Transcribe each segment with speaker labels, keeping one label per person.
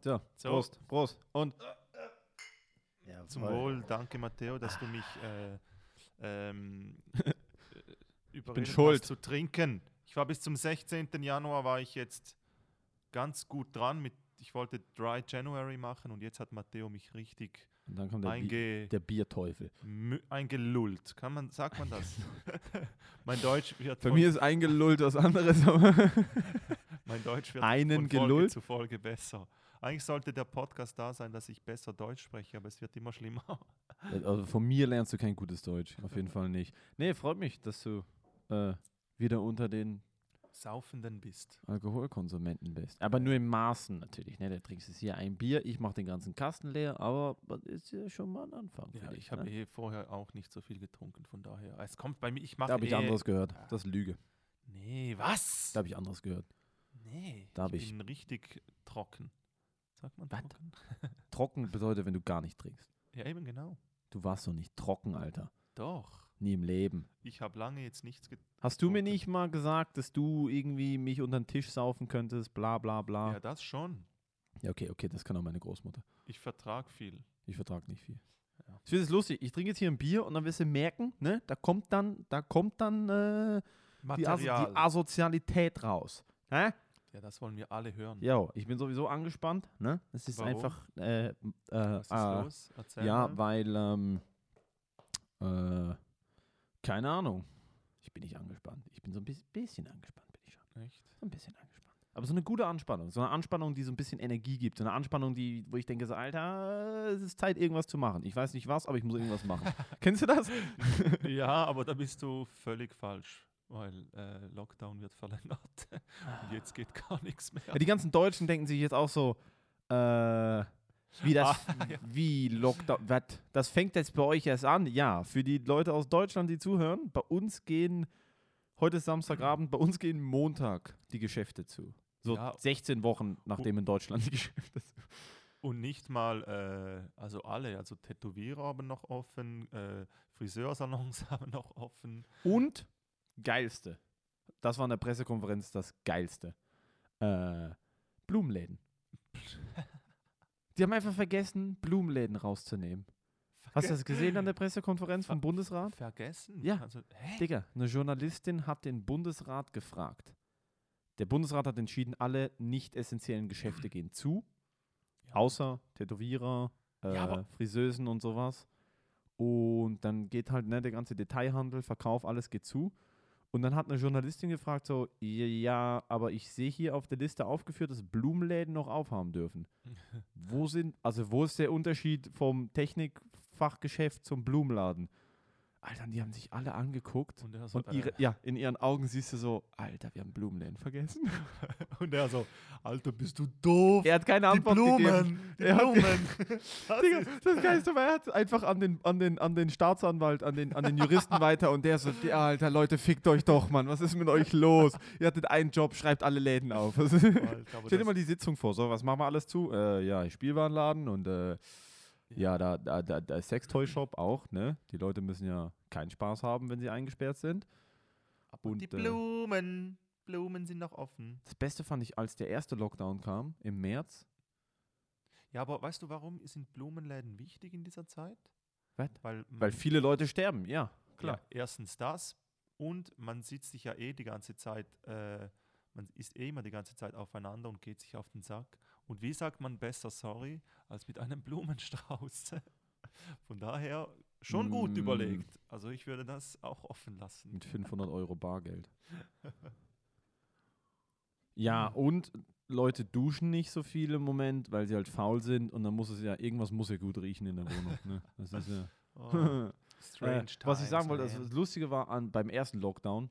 Speaker 1: So,
Speaker 2: So.
Speaker 1: Prost, Prost und
Speaker 2: Zum Wohl, danke Matteo, dass du mich äh, ähm, äh, überredet
Speaker 1: schuld.
Speaker 2: hast zu trinken. Ich war bis zum 16. Januar war ich jetzt ganz gut dran mit ich wollte Dry January machen und jetzt hat Matteo mich richtig
Speaker 1: Und dann kommt der, Bi
Speaker 2: einge
Speaker 1: der Bierteufel.
Speaker 2: mü- eingelullt. Kann man sagt man das? mein Deutsch wird
Speaker 1: Bei
Speaker 2: von-
Speaker 1: mir ist eingelullt was anderes, aber
Speaker 2: Mein Deutsch wird
Speaker 1: Einen
Speaker 2: von Folge
Speaker 1: gelullt.
Speaker 2: zu Folge besser. Eigentlich sollte der Podcast da sein, dass ich besser Deutsch spreche, aber es wird immer schlimmer.
Speaker 1: also von mir lernst du kein gutes Deutsch, auf jeden Fall nicht. Nee, freut mich, dass du äh, wieder unter den
Speaker 2: Saufenden bist.
Speaker 1: Alkoholkonsumenten bist. Aber nur in Maßen natürlich. Ne? Da trinkst du hier ein Bier, ich mache den ganzen Kasten leer, aber das ist ja schon mal ein Anfang.
Speaker 2: Ja,
Speaker 1: für dich,
Speaker 2: ich habe
Speaker 1: ne?
Speaker 2: eh vorher auch nicht so viel getrunken, von daher. Es kommt bei mir, ich mache
Speaker 1: Da habe ich
Speaker 2: eh,
Speaker 1: anderes gehört. Das ist Lüge.
Speaker 2: Nee, was?
Speaker 1: Da habe ich anderes gehört.
Speaker 2: nee,
Speaker 1: da hab
Speaker 2: ich
Speaker 1: ich-
Speaker 2: bin richtig trocken. Sagt man
Speaker 1: Was?
Speaker 2: trocken?
Speaker 1: Trocken bedeutet, wenn du gar nicht trinkst.
Speaker 2: Ja, eben genau.
Speaker 1: Du warst doch nicht trocken, Alter.
Speaker 2: Doch.
Speaker 1: Nie im Leben.
Speaker 2: Ich habe lange jetzt nichts getrunken.
Speaker 1: Hast du mir
Speaker 2: Trocken.
Speaker 1: nicht mal gesagt, dass du irgendwie mich unter den Tisch saufen könntest, bla bla bla?
Speaker 2: Ja, das schon.
Speaker 1: Ja, okay, okay, das kann auch meine Großmutter.
Speaker 2: Ich vertrag viel.
Speaker 1: Ich vertrage nicht viel.
Speaker 2: Ja.
Speaker 1: Ich finde es lustig. Ich trinke jetzt hier ein Bier und dann wirst du merken, ne, da kommt dann, da kommt dann äh, die, Aso
Speaker 2: Material. Hm.
Speaker 1: die Asozialität raus. Hä?
Speaker 2: ja, das wollen wir alle hören.
Speaker 1: Jo, ich bin sowieso angespannt, ne? Es ist
Speaker 2: Warum?
Speaker 1: einfach äh, m- äh,
Speaker 2: Was ist
Speaker 1: äh,
Speaker 2: los? Erzähl
Speaker 1: Ja,
Speaker 2: mal.
Speaker 1: weil ähm, äh, keine Ahnung. Ich bin nicht angespannt. Ich bin so ein bis- bisschen angespannt, bin ich schon.
Speaker 2: Echt?
Speaker 1: So ein bisschen angespannt. Aber so eine gute Anspannung. So eine Anspannung, die so ein bisschen Energie gibt. So eine Anspannung, die, wo ich denke, so, Alter, es ist Zeit, irgendwas zu machen. Ich weiß nicht was, aber ich muss irgendwas machen. Kennst du das?
Speaker 2: Ja, aber da bist du völlig falsch, weil äh, Lockdown wird verlängert und jetzt geht gar nichts mehr.
Speaker 1: Ja, die ganzen Deutschen denken sich jetzt auch so, äh, wie das, wie Lockdown, was, das fängt jetzt bei euch erst an. Ja, für die Leute aus Deutschland, die zuhören, bei uns gehen, heute ist Samstagabend, bei uns gehen Montag die Geschäfte zu. So
Speaker 2: Ja.
Speaker 1: 16 Wochen, nachdem in Deutschland die Geschäfte zu.
Speaker 2: Und nicht mal, äh, also alle, also Tätowierer haben noch offen, äh, Friseursalons haben noch offen.
Speaker 1: Und, geilste, das war in der Pressekonferenz das geilste, äh, Blumenläden. Die haben einfach vergessen, Blumenläden rauszunehmen. Hast du das gesehen an der Pressekonferenz vom
Speaker 2: Ver-
Speaker 1: Bundesrat?
Speaker 2: Vergessen?
Speaker 1: Ja.
Speaker 2: Also, hä?
Speaker 1: Digga, eine Journalistin hat den Bundesrat gefragt. Der Bundesrat hat entschieden, alle nicht essentiellen Geschäfte gehen zu,
Speaker 2: Ja.
Speaker 1: außer Tätowierer, äh,
Speaker 2: Ja, aber-
Speaker 1: Friseusen und sowas. Und dann geht halt ne, der ganze Detailhandel, Verkauf, alles geht zu. Und dann hat eine Journalistin gefragt so, ja, aber ich sehe hier auf der Liste aufgeführt, dass Blumenläden noch aufhaben dürfen. wo sind, also wo ist der Unterschied vom Technikfachgeschäft zum Blumenladen? Alter, die haben sich alle angeguckt
Speaker 2: Und er so,
Speaker 1: und ihre,
Speaker 2: äh,
Speaker 1: ja, in ihren Augen siehst du so, Alter, wir haben Blumenläden vergessen.
Speaker 2: und er so, Alter, bist du doof?
Speaker 1: Er hat keine
Speaker 2: die
Speaker 1: Antwort gegeben.
Speaker 2: Blumen, die
Speaker 1: Er hat-
Speaker 2: Blumen. Das
Speaker 1: Digga,
Speaker 2: ist-
Speaker 1: das Geilste war, er hat einfach an den, an den, an den Staatsanwalt, an den, an den Juristen weiter und der so, "Ja, Alter, Leute, fickt euch doch, Mann, was ist mit euch los? Ihr hattet einen Job, schreibt alle Läden auf. Das-
Speaker 2: Alter, aber
Speaker 1: Stell dir
Speaker 2: das-
Speaker 1: mal die Sitzung vor, so, was machen wir alles zu? Äh, ja, Spielwarenladen und äh, ja, da, da, da, da ist Sextoy-Shop auch, ne? Die Leute müssen ja keinen Spaß haben, wenn sie eingesperrt sind.
Speaker 2: aber die
Speaker 1: und, äh,
Speaker 2: Blumen, Blumen sind noch offen.
Speaker 1: Das Beste fand ich, als der erste Lockdown kam, im März.
Speaker 2: Ja, aber weißt du, warum sind Blumenläden wichtig in dieser Zeit?
Speaker 1: Was?
Speaker 2: Weil,
Speaker 1: Weil
Speaker 2: man-
Speaker 1: viele Leute sterben, ja, klar.
Speaker 2: klar, erstens das und man sieht sich ja eh die ganze Zeit, äh, man ist eh immer die ganze Zeit aufeinander und geht sich auf den Sack. Und wie sagt man besser sorry als mit einem Blumenstrauß? Von daher schon gut
Speaker 1: Mm.
Speaker 2: überlegt. Also ich würde das auch offen lassen.
Speaker 1: Mit 500 Euro Bargeld. ja, und Leute duschen nicht so viel im Moment, weil sie halt faul sind und dann muss es ja, irgendwas muss ja gut riechen in der Wohnung. Ne? Das ist ja.
Speaker 2: Oh, strange
Speaker 1: Äh, was ich sagen
Speaker 2: times,
Speaker 1: wollte, also
Speaker 2: man.
Speaker 1: das Lustige war an, beim ersten Lockdown,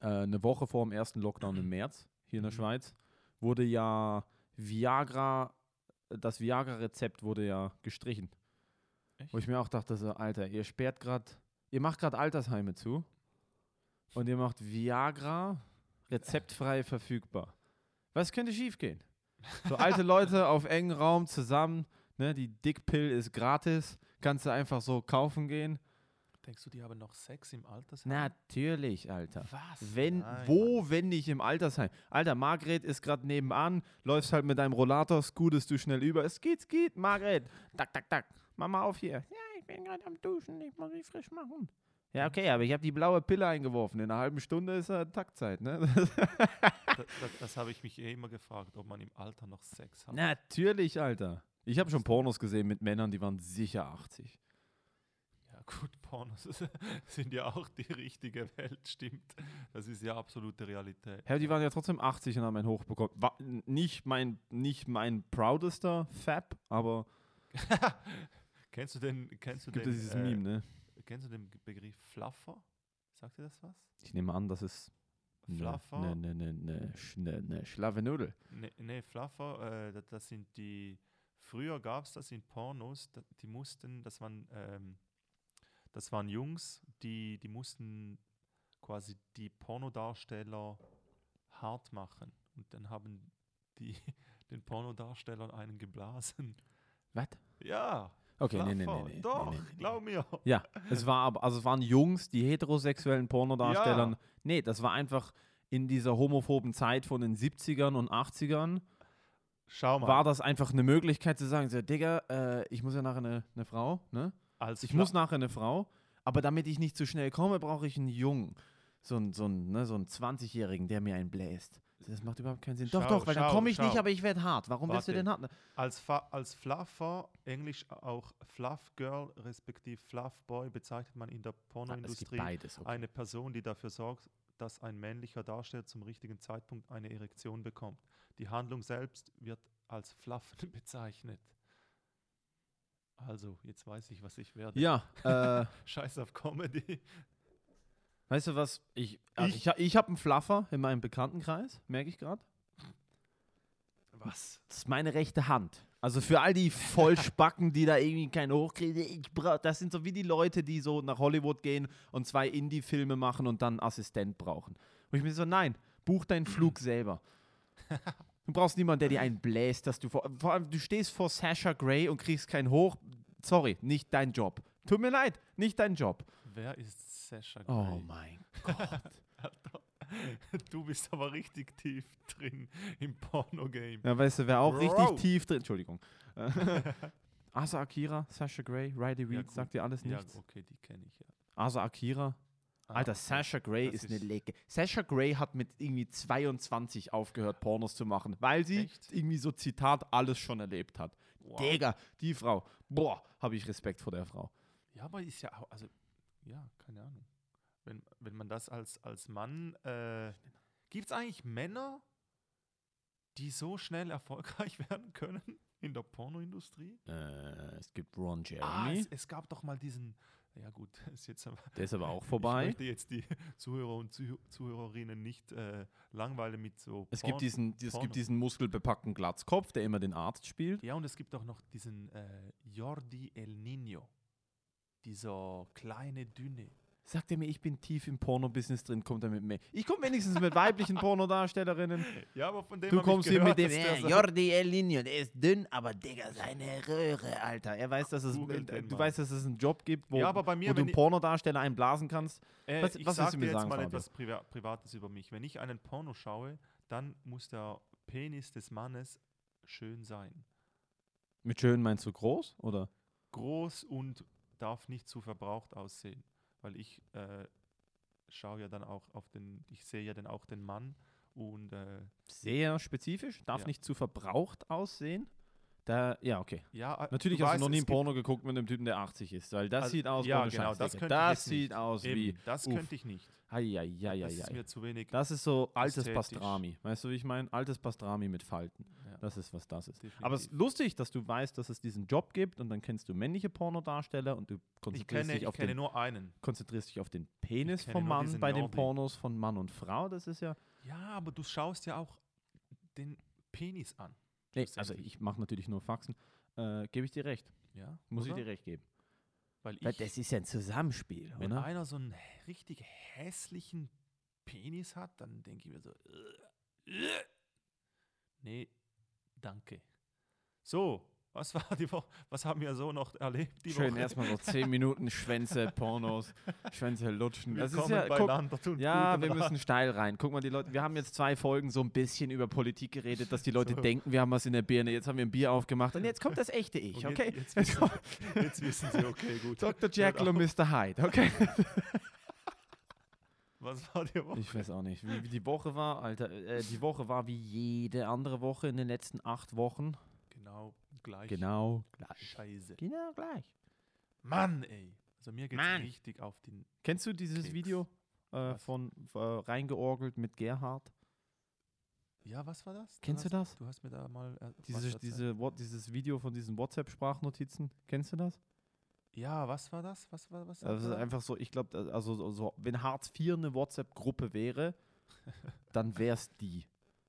Speaker 1: äh, eine Woche vor dem ersten Lockdown im März hier in der
Speaker 2: Mhm.
Speaker 1: Schweiz, wurde ja Viagra, das Viagra-Rezept wurde ja gestrichen.
Speaker 2: Echt?
Speaker 1: Wo ich mir auch dachte, so, Alter, ihr sperrt gerade, ihr macht gerade Altersheime zu und ihr macht Viagra rezeptfrei verfügbar. Was könnte schiefgehen? So alte Leute auf engen Raum zusammen, ne, die Dickpill ist gratis, kannst du einfach so kaufen gehen.
Speaker 2: Denkst du, die haben noch Sex im Altersheim?
Speaker 1: Natürlich, Alter.
Speaker 2: Was?
Speaker 1: Wenn,
Speaker 2: Nein,
Speaker 1: wo, wenn nicht im Altersheim? Alter, Margret ist gerade nebenan, läufst halt mit deinem Rollator, scootest du schnell über. Es geht, es geht, Margret. Tak, tak, tak. Mama auf hier. Ja, ich bin gerade am Duschen, ich muss mich frisch machen. Ja, okay, aber ich habe die blaue Pille eingeworfen. In einer halben Stunde ist äh, Taktzeit, ne?
Speaker 2: Mann. Da, da, das habe ich mich eh immer gefragt, ob man im Alter noch Sex hat.
Speaker 1: Natürlich, Alter. Ich habe schon Pornos gesehen mit Männern, die waren sicher 80.
Speaker 2: Ja gut, Pornos sind ja auch die richtige Welt, stimmt. Das ist ja absolute Realität.
Speaker 1: Hä, die waren ja trotzdem 80 und haben einen hochbekommen. War n- nicht mein, nicht mein proudester Fab, aber
Speaker 2: Kennst du den, kennst du
Speaker 1: gibt
Speaker 2: den,
Speaker 1: es dieses
Speaker 2: äh,
Speaker 1: Meme, ne?
Speaker 2: Kennst du den Begriff Fluffer? Sagt dir das was?
Speaker 1: Ich nehme an, das ist eine
Speaker 2: Fluffer?
Speaker 1: ne, ne, ne, ne, sch- ne, ne schlaffe Nudel.
Speaker 2: Nee, nee Fluffer, Ne, äh, das, das sind die. Früher gab es das in Pornos, da, die mussten, das waren, ähm, das waren Jungs, die, die mussten quasi die Pornodarsteller hart machen. Und dann haben die den Pornodarstellern einen geblasen.
Speaker 1: Was?
Speaker 2: Ja,
Speaker 1: Okay, nee, nee, nee,
Speaker 2: Fluffer,
Speaker 1: nee.
Speaker 2: doch,
Speaker 1: nee, nee, nee.
Speaker 2: glaub mir.
Speaker 1: Ja, es war aber, also es waren Jungs, die heterosexuellen Pornodarstellern.
Speaker 2: Ja.
Speaker 1: Nee, das war einfach in dieser homophoben Zeit von den 70ern und 80ern,
Speaker 2: Schau mal,
Speaker 1: war das einfach eine Möglichkeit zu sagen, so, Digga, äh, ich muss ja nachher eine, eine Frau, ne?
Speaker 2: als
Speaker 1: Ich
Speaker 2: Fla-
Speaker 1: muss nachher eine Frau, aber damit ich nicht zu schnell komme, brauche ich einen Jungen. So einen so ein, ne, so ein 20-Jährigen, der mir einen bläst. Das macht überhaupt keinen Sinn. doch,
Speaker 2: Schau,
Speaker 1: doch, weil dann
Speaker 2: schau,
Speaker 1: komme ich nicht,
Speaker 2: schau.
Speaker 1: aber ich werde hart. Warum willst du
Speaker 2: Warte.
Speaker 1: denn hart?
Speaker 2: Als, Fa als Fluffer, englisch auch Fluff Girl respektive Fluff Boy, bezeichnet man in
Speaker 1: Ah,
Speaker 2: der Pornoindustrie
Speaker 1: beides.
Speaker 2: eine Person, die dafür sorgt, dass ein männlicher Darsteller zum richtigen Zeitpunkt eine Erektion bekommt. Die Handlung selbst wird als Fluffen bezeichnet. Also, jetzt weiß ich, was ich werde.
Speaker 1: Ja, äh,
Speaker 2: Scheiß auf Comedy.
Speaker 1: weißt du was? Ich, also
Speaker 2: Ich-
Speaker 1: ich, ha- ich habe einen Fluffer in meinem Bekanntenkreis, merke ich gerade.
Speaker 2: Was?
Speaker 1: Das ist meine rechte Hand. Also für all die Vollspacken, die da irgendwie keine hochkriegen, ich brauch, das sind so wie die Leute, die so nach Hollywood gehen und zwei Indie-Filme machen und dann einen Assistent brauchen. Und ich mir so, nein, buch deinen Flug selber. Du brauchst niemanden, der dir einen bläst, dass du vor, vor allem, du stehst vor Sasha Gray und kriegst keinen hoch. Sorry, nicht dein Job. Tut mir leid, nicht dein Job.
Speaker 2: Wer ist Sasha
Speaker 1: Oh
Speaker 2: Grey?
Speaker 1: mein.
Speaker 2: du bist aber richtig tief drin im Porno-Game.
Speaker 1: Ja, weißt du, wer auch
Speaker 2: Bro.
Speaker 1: richtig tief drin. Entschuldigung. Äh, Asa Akira, Sasha Gray, Riley Reed,
Speaker 2: gut.
Speaker 1: sagt dir alles
Speaker 2: Ja,
Speaker 1: nichts.
Speaker 2: okay, die kenne ich ja.
Speaker 1: Asa Also Akira.
Speaker 2: Ah,
Speaker 1: Alter,
Speaker 2: okay.
Speaker 1: Sasha Gray
Speaker 2: Das
Speaker 1: ist eine
Speaker 2: ist-
Speaker 1: Lege. Sasha Gray hat mit irgendwie 22 aufgehört, Pornos zu machen, weil sie
Speaker 2: Echt?
Speaker 1: irgendwie so Zitat alles schon erlebt hat.
Speaker 2: Wow.
Speaker 1: Digga, die Frau. Boah, habe ich Respekt vor der Frau.
Speaker 2: Ja, aber ist ja auch, also, ja, keine Ahnung. Wenn, wenn man das als, als Mann, äh, gibt es eigentlich Männer, die so schnell erfolgreich werden können in der Pornoindustrie?
Speaker 1: Äh, es gibt Ron Jeremy,
Speaker 2: Ah, es, es gab doch mal diesen, ja gut, ist jetzt aber-
Speaker 1: der ist aber auch
Speaker 2: Ich
Speaker 1: vorbei.
Speaker 2: möchte jetzt die Zuhörer und Zuh Zuhörerinnen nicht äh, langweilen mit so.
Speaker 1: Es
Speaker 2: Porn-
Speaker 1: gibt, diesen, es
Speaker 2: Porno.
Speaker 1: gibt diesen muskelbepackten Glatzkopf, der immer den Arzt spielt.
Speaker 2: Ja, und es gibt auch noch diesen äh, Jordi El Nino. Dieser kleine, dünne.
Speaker 1: Sagt er mir, ich bin tief im Porno-Business drin, kommt er mit mir. Ich komme wenigstens mit weiblichen Pornodarstellerinnen.
Speaker 2: Ja, aber von dem
Speaker 1: Du
Speaker 2: hab ich
Speaker 1: kommst hier mit
Speaker 2: gehört,
Speaker 1: dem
Speaker 2: dass der
Speaker 1: äh,
Speaker 2: so-
Speaker 1: Jordi El Nino, der ist dünn, aber Digga, seine Röhre, Alter. Er weiß, dass es,
Speaker 2: Google den
Speaker 1: du
Speaker 2: mal.
Speaker 1: weißt, dass es einen Job gibt, wo,
Speaker 2: Ja, aber bei mir,
Speaker 1: wo du
Speaker 2: wenn
Speaker 1: einen
Speaker 2: ich-
Speaker 1: Pornodarsteller einblasen kannst.
Speaker 2: Äh,
Speaker 1: Was-
Speaker 2: ich
Speaker 1: was willst
Speaker 2: sag
Speaker 1: du
Speaker 2: dir
Speaker 1: mir
Speaker 2: jetzt
Speaker 1: sagen,
Speaker 2: mal
Speaker 1: Fabio?
Speaker 2: etwas Priva Privates über mich. Wenn ich einen Porno schaue, dann muss der Penis des Mannes schön sein.
Speaker 1: Mit schön meinst du groß, oder?
Speaker 2: Groß und darf nicht zu verbraucht aussehen. Weil ich äh, schaue ja dann auch auf den, ich sehe ja dann auch den Mann und äh,
Speaker 1: Sehr spezifisch, darf
Speaker 2: Ja.
Speaker 1: nicht zu verbraucht aussehen. Da, ja, okay.
Speaker 2: ja. äh,
Speaker 1: Natürlich
Speaker 2: du
Speaker 1: hast
Speaker 2: weißt,
Speaker 1: du noch nie
Speaker 2: es
Speaker 1: ein
Speaker 2: gibt-
Speaker 1: Porno geguckt mit einem Typen, der 80 ist, weil das
Speaker 2: Also,
Speaker 1: sieht aus
Speaker 2: ja,
Speaker 1: ohne
Speaker 2: genau,
Speaker 1: Scheiß,
Speaker 2: das
Speaker 1: Digga.
Speaker 2: könnte ich
Speaker 1: das
Speaker 2: jetzt nicht.
Speaker 1: sieht aus
Speaker 2: Eben,
Speaker 1: wie.
Speaker 2: das
Speaker 1: Uff.
Speaker 2: könnte ich nicht. das ist
Speaker 1: Eieieiei.
Speaker 2: mir zu wenig.
Speaker 1: Das ist so altes
Speaker 2: ästhetisch.
Speaker 1: Pastrami. Weißt du, wie ich meine? Altes Pastrami mit Falten.
Speaker 2: Ja,
Speaker 1: Das ist, was das ist. Aber es ist
Speaker 2: definitiv.
Speaker 1: lustig, dass du weißt, dass es diesen Job gibt und dann kennst du männliche Pornodarsteller und du
Speaker 2: ich
Speaker 1: konzentrierst,
Speaker 2: kenne,
Speaker 1: dich,
Speaker 2: ich
Speaker 1: auf
Speaker 2: kenne
Speaker 1: den,
Speaker 2: nur einen.
Speaker 1: konzentrierst dich auf den Penis
Speaker 2: kenne
Speaker 1: vom
Speaker 2: nur
Speaker 1: Mann
Speaker 2: diesen
Speaker 1: bei den
Speaker 2: Jordi.
Speaker 1: Pornos von Mann und Frau. Das ist ja.
Speaker 2: Ja, aber du schaust ja auch den Penis an.
Speaker 1: Nee, also
Speaker 2: Tatsächlich.
Speaker 1: ich mache natürlich nur Faxen. Äh, Gebe ich dir recht.
Speaker 2: Ja,
Speaker 1: Muss
Speaker 2: oder?
Speaker 1: ich dir recht geben.
Speaker 2: Weil ich,
Speaker 1: Weil das ist ja ein Zusammenspiel,
Speaker 2: Wenn
Speaker 1: oder?
Speaker 2: einer so einen hä- richtig hässlichen Penis hat, dann denke ich mir so, äh, "Ugh, ugh." nee, danke. So, Was war die Woche? Was haben wir so noch erlebt die
Speaker 1: Schön
Speaker 2: Woche?
Speaker 1: erstmal so 10 Minuten Schwänze, Pornos, Schwänze lutschen. Das
Speaker 2: Willkommen
Speaker 1: ist ja, guck,
Speaker 2: beieinander. tut
Speaker 1: ja,
Speaker 2: gut
Speaker 1: wir
Speaker 2: daran.
Speaker 1: müssen steil rein. Guck mal, die Leute, wir haben jetzt zwei Folgen so ein bisschen über Politik geredet, dass die Leute denken, wir haben was in der Birne. Jetzt haben wir ein Bier aufgemacht und jetzt kommt das echte Ich,
Speaker 2: Und
Speaker 1: okay? Jetzt
Speaker 2: Jetzt, jetzt, wissen,
Speaker 1: kommt
Speaker 2: jetzt wissen sie, okay, gut. Genau.
Speaker 1: Dr. Jekyll und Mr. Hyde, okay?
Speaker 2: Was war die Woche?
Speaker 1: Ich weiß auch nicht, wie, wie die Woche war, Alter. Äh, die Woche war wie jede andere Woche in den letzten acht Wochen.
Speaker 2: Genau, gleich.
Speaker 1: Genau gleich.
Speaker 2: Scheiße.
Speaker 1: Genau gleich.
Speaker 2: Mann, ey. Also mir geht's
Speaker 1: Mann.
Speaker 2: richtig auf den.
Speaker 1: Kennst du dieses
Speaker 2: Keks.
Speaker 1: Video äh,
Speaker 2: Was?
Speaker 1: von äh, Reingeorgelt mit Gerhard?
Speaker 2: Ja, was war das?
Speaker 1: Kennst du
Speaker 2: hast,
Speaker 1: das?
Speaker 2: Du hast mir da mal. äh, was
Speaker 1: Diese,
Speaker 2: erzählt.
Speaker 1: diese, What, dieses Video von diesen WhatsApp-Sprachnotizen, kennst du das?
Speaker 2: Ja, was war das? Was war was?
Speaker 1: Also
Speaker 2: war das?
Speaker 1: einfach so, ich glaube, also so- so, wenn Hartz IV eine WhatsApp-Gruppe wäre, dann wär's die.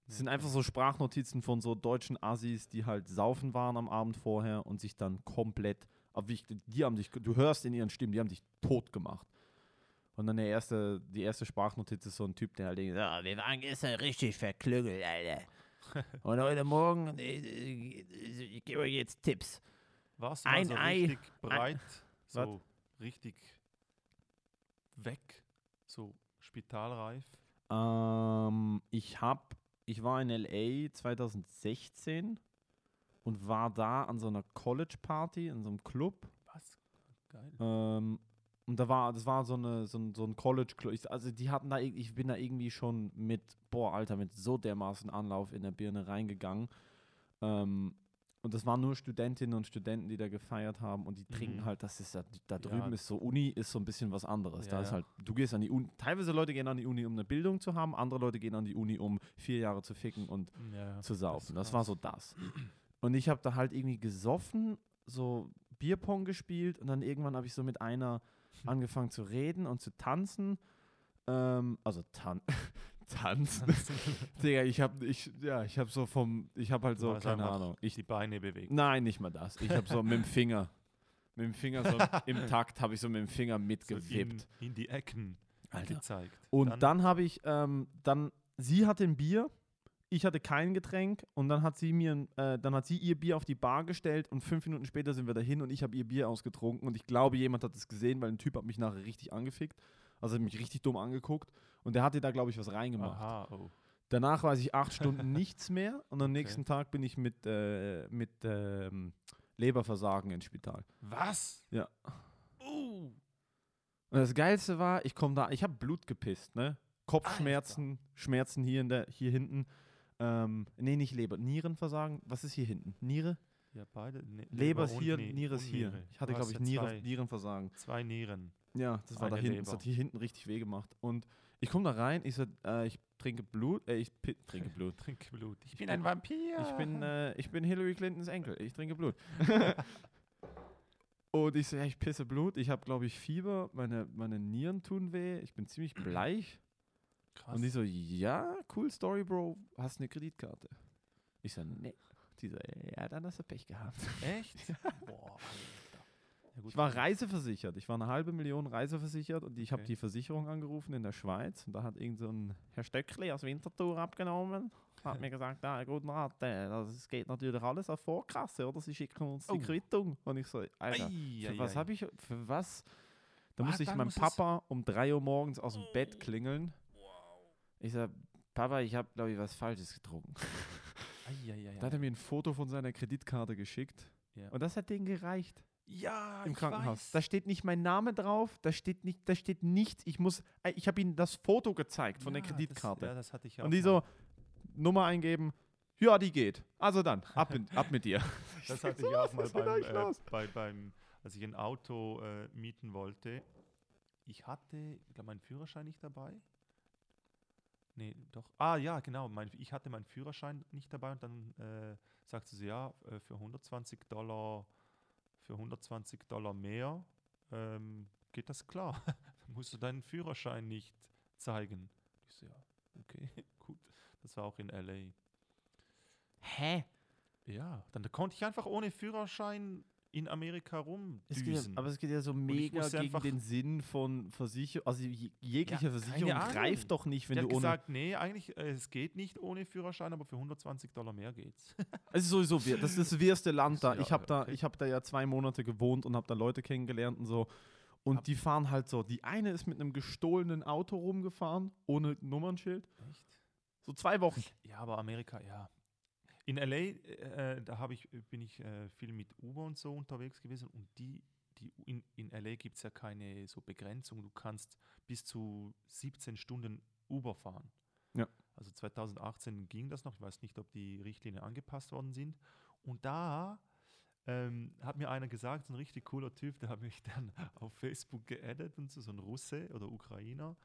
Speaker 1: Das sind einfach so Sprachnotizen von so deutschen Assis, die halt saufen waren am Abend vorher und sich dann komplett, aber wie ich, die haben dich, du hörst in ihren Stimmen, die haben dich tot gemacht. Und dann der erste, die erste Sprachnotiz ist so ein Typ, der halt denkt, ja, wir waren gestern richtig verklüngelt, Alter. Und heute Morgen, ich, ich, ich, ich gebe euch jetzt Tipps.
Speaker 2: Warst du mal
Speaker 1: Ein
Speaker 2: so
Speaker 1: Ei.
Speaker 2: richtig breit,
Speaker 1: Was?
Speaker 2: so richtig weg, so spitalreif?
Speaker 1: Ähm, ich hab, ich war in LA 2016 und war da an so einer College Party in so einem Club.
Speaker 2: Was? Geil.
Speaker 1: Ähm, und da war, das war so, eine, so, ein, so ein College Club. Ich, also die hatten da, irg- ich bin da irgendwie schon mit, boah, Alter, mit so dermaßen Anlauf in der Birne reingegangen. Ähm, und das waren nur Studentinnen und Studenten, die da gefeiert haben und die trinken
Speaker 2: Mhm.
Speaker 1: halt, das ist ja, da drüben
Speaker 2: Ja.
Speaker 1: ist so, Uni ist so ein bisschen was anderes. da
Speaker 2: Ja,
Speaker 1: ist
Speaker 2: ja.
Speaker 1: halt, du gehst an die Uni, teilweise Leute gehen an die Uni, um eine Bildung zu haben, andere Leute gehen an die Uni, um vier Jahre zu ficken und
Speaker 2: Ja,
Speaker 1: zu saufen. Das,
Speaker 2: krass.
Speaker 1: war so das. Und ich habe da halt irgendwie gesoffen, so Bierpong gespielt und dann irgendwann habe ich so mit einer angefangen zu reden und zu tanzen. Ähm, also tan tanzen. Digga, ich habe ich, ja, ich hab so vom, ich habe halt
Speaker 2: Du
Speaker 1: so,
Speaker 2: hast
Speaker 1: keine
Speaker 2: einfach
Speaker 1: Ahnung. Ich,
Speaker 2: die Beine bewegen.
Speaker 1: nein, nicht mal das. Ich habe so mit dem Finger, mit dem Finger so im Takt, habe ich so mit dem Finger
Speaker 2: So
Speaker 1: mitgewippt.
Speaker 2: in, in die Ecken
Speaker 1: Alter.
Speaker 2: gezeigt.
Speaker 1: Und dann, habe ich, ähm, dann, sie hatte ein Bier, ich hatte kein Getränk und dann hat sie mir, ein- äh, dann hat sie ihr Bier auf die Bar gestellt und fünf Minuten später sind wir dahin und ich habe ihr Bier ausgetrunken und ich glaube, jemand hat es gesehen, weil ein Typ hat mich nachher richtig angefickt, also hat mich richtig dumm angeguckt und der hat ihr da, glaube ich, was reingemacht.
Speaker 2: Aha, oh.
Speaker 1: Danach weiß ich acht Stunden nichts mehr und am
Speaker 2: Okay.
Speaker 1: nächsten Tag bin ich mit, äh, mit ähm, Leberversagen ins Spital.
Speaker 2: Was?
Speaker 1: Ja.
Speaker 2: Oh.
Speaker 1: Und das Geilste war, ich komme da, ich habe Blut gepisst, ne? Kopfschmerzen, Schmerzen hier, in der, hier hinten. Ähm, nee, nicht Leber, Nierenversagen. Was ist hier hinten? Niere?
Speaker 2: Ja, beide. Ne
Speaker 1: Leber, ist
Speaker 2: und
Speaker 1: hier,
Speaker 2: Ne-
Speaker 1: Niere ist
Speaker 2: und
Speaker 1: hier.
Speaker 2: Niere.
Speaker 1: Ich hatte,
Speaker 2: Du hast
Speaker 1: glaube ich,
Speaker 2: ja
Speaker 1: Niere,
Speaker 2: zwei-
Speaker 1: Nierenversagen.
Speaker 2: Zwei Nieren.
Speaker 1: Ja, das war da
Speaker 2: Eine
Speaker 1: hinten. Das
Speaker 2: Leber.
Speaker 1: hat hier hinten richtig weh gemacht. Und ich komme da rein, ich so, äh, ich trinke Blut, äh, ich pi- trinke Blut.
Speaker 2: Trink Blut. Ich,
Speaker 1: bin-
Speaker 2: Vampir.
Speaker 1: Ich bin, äh, ich bin Hillary Clintons Enkel. Ich trinke Blut. Und ich so, ja, ich pisse Blut. Ich habe, glaube ich, Fieber. Meine, meine Nieren tun weh. Ich bin ziemlich bleich.
Speaker 2: Krass.
Speaker 1: Und die so, ja, cool Story, Bro. Hast eine Kreditkarte? Ich so, nee. Die so, ja, dann hast du Pech gehabt.
Speaker 2: Echt? Boah, Alter. Ja, gut,
Speaker 1: Ich war
Speaker 2: dann-
Speaker 1: reiseversichert. Ich war eine halbe Million reiseversichert und ich habe
Speaker 2: Okay.
Speaker 1: die Versicherung angerufen in der Schweiz. Und da hat irgend so ein Herr Stöckli aus Winterthur abgenommen. Hat mir gesagt, ja, guten Rat, äh, das geht natürlich alles auf Vorkasse, oder? Sie schicken uns
Speaker 2: Oh.
Speaker 1: die Quittung. Und ich so, Alter,
Speaker 2: Ei,
Speaker 1: für
Speaker 2: ei,
Speaker 1: was
Speaker 2: ei.
Speaker 1: habe ich, für was? Da
Speaker 2: Ah,
Speaker 1: musste ich
Speaker 2: dann
Speaker 1: meinem
Speaker 2: muss es- Oh.
Speaker 1: Papa um 3 Uhr morgens aus dem Bett klingeln. Ich sag, Papa, ich habe, glaube ich, was Falsches getrunken.
Speaker 2: Ei, ei, ei,
Speaker 1: Da hat
Speaker 2: ei.
Speaker 1: er mir ein Foto von seiner Kreditkarte geschickt.
Speaker 2: Ja.
Speaker 1: Und das hat denen gereicht
Speaker 2: ja,
Speaker 1: im
Speaker 2: Ah, ich
Speaker 1: Krankenhaus.
Speaker 2: weiß.
Speaker 1: Da steht nicht mein Name drauf, da steht nicht, da steht nichts. Ich muss, äh, ich habe ihnen das Foto gezeigt von der
Speaker 2: Ja,
Speaker 1: Kreditkarte.
Speaker 2: Das, ja, das hatte ich ja
Speaker 1: Und
Speaker 2: auch
Speaker 1: die
Speaker 2: mal.
Speaker 1: so Nummer eingeben. Ja, die geht. Also dann, ab, in, ab mit dir.
Speaker 2: Das
Speaker 1: sag,
Speaker 2: hatte ich auch
Speaker 1: was
Speaker 2: mal
Speaker 1: ist mit
Speaker 2: beim,
Speaker 1: euch
Speaker 2: äh,
Speaker 1: los?
Speaker 2: bei, beim, als ich ein Auto äh, mieten wollte. Ich hatte, ich glaube, meinen Führerschein nicht dabei. Nee, doch. Ah ja, genau. Mein, ich hatte meinen Führerschein nicht dabei und dann äh, sagte sie, ja, äh, für 120 Dollar, für 120 Dollar mehr ähm, geht das klar. Musst du deinen Führerschein nicht zeigen. Ich so, ja, okay, gut. Das war auch in LA.
Speaker 1: Hä?
Speaker 2: Ja, dann konnte ich einfach ohne Führerschein in Amerika rumdüsen.
Speaker 1: Es geht ja, aber es geht ja so mega
Speaker 2: muss ja
Speaker 1: gegen
Speaker 2: einfach-
Speaker 1: den Sinn von Versicherung. Also je, jegliche
Speaker 2: Ja,
Speaker 1: Versicherung
Speaker 2: keine Ahnung.
Speaker 1: greift doch nicht, wenn
Speaker 2: Der
Speaker 1: du
Speaker 2: hat
Speaker 1: ohne.
Speaker 2: gesagt, nee, eigentlich, äh, es geht nicht ohne Führerschein, aber für 120 Dollar mehr geht's.
Speaker 1: Es ist sowieso wir. Das ist das wirste Land da.
Speaker 2: Ja,
Speaker 1: Ich habe
Speaker 2: ja,
Speaker 1: da,
Speaker 2: okay.
Speaker 1: ich hab da ja zwei Monate gewohnt und habe da Leute kennengelernt und so. Und
Speaker 2: Ab-
Speaker 1: die fahren halt so. Die eine ist mit einem gestohlenen Auto rumgefahren, ohne Nummernschild.
Speaker 2: Echt?
Speaker 1: So zwei Wochen.
Speaker 2: Ja, aber Amerika, ja. In LA, äh, da habe ich, bin ich äh, viel mit Uber und so unterwegs gewesen und die, die in, in LA gibt es ja keine so Begrenzung. Du kannst bis zu 17 Stunden Uber fahren.
Speaker 1: Ja.
Speaker 2: Also 2018 ging das noch. Ich weiß nicht, ob die Richtlinien angepasst worden sind. Und da ähm, hat mir einer gesagt, so ein richtig cooler Typ, der hat mich dann auf Facebook geaddet und so, so ein Russe oder Ukrainer.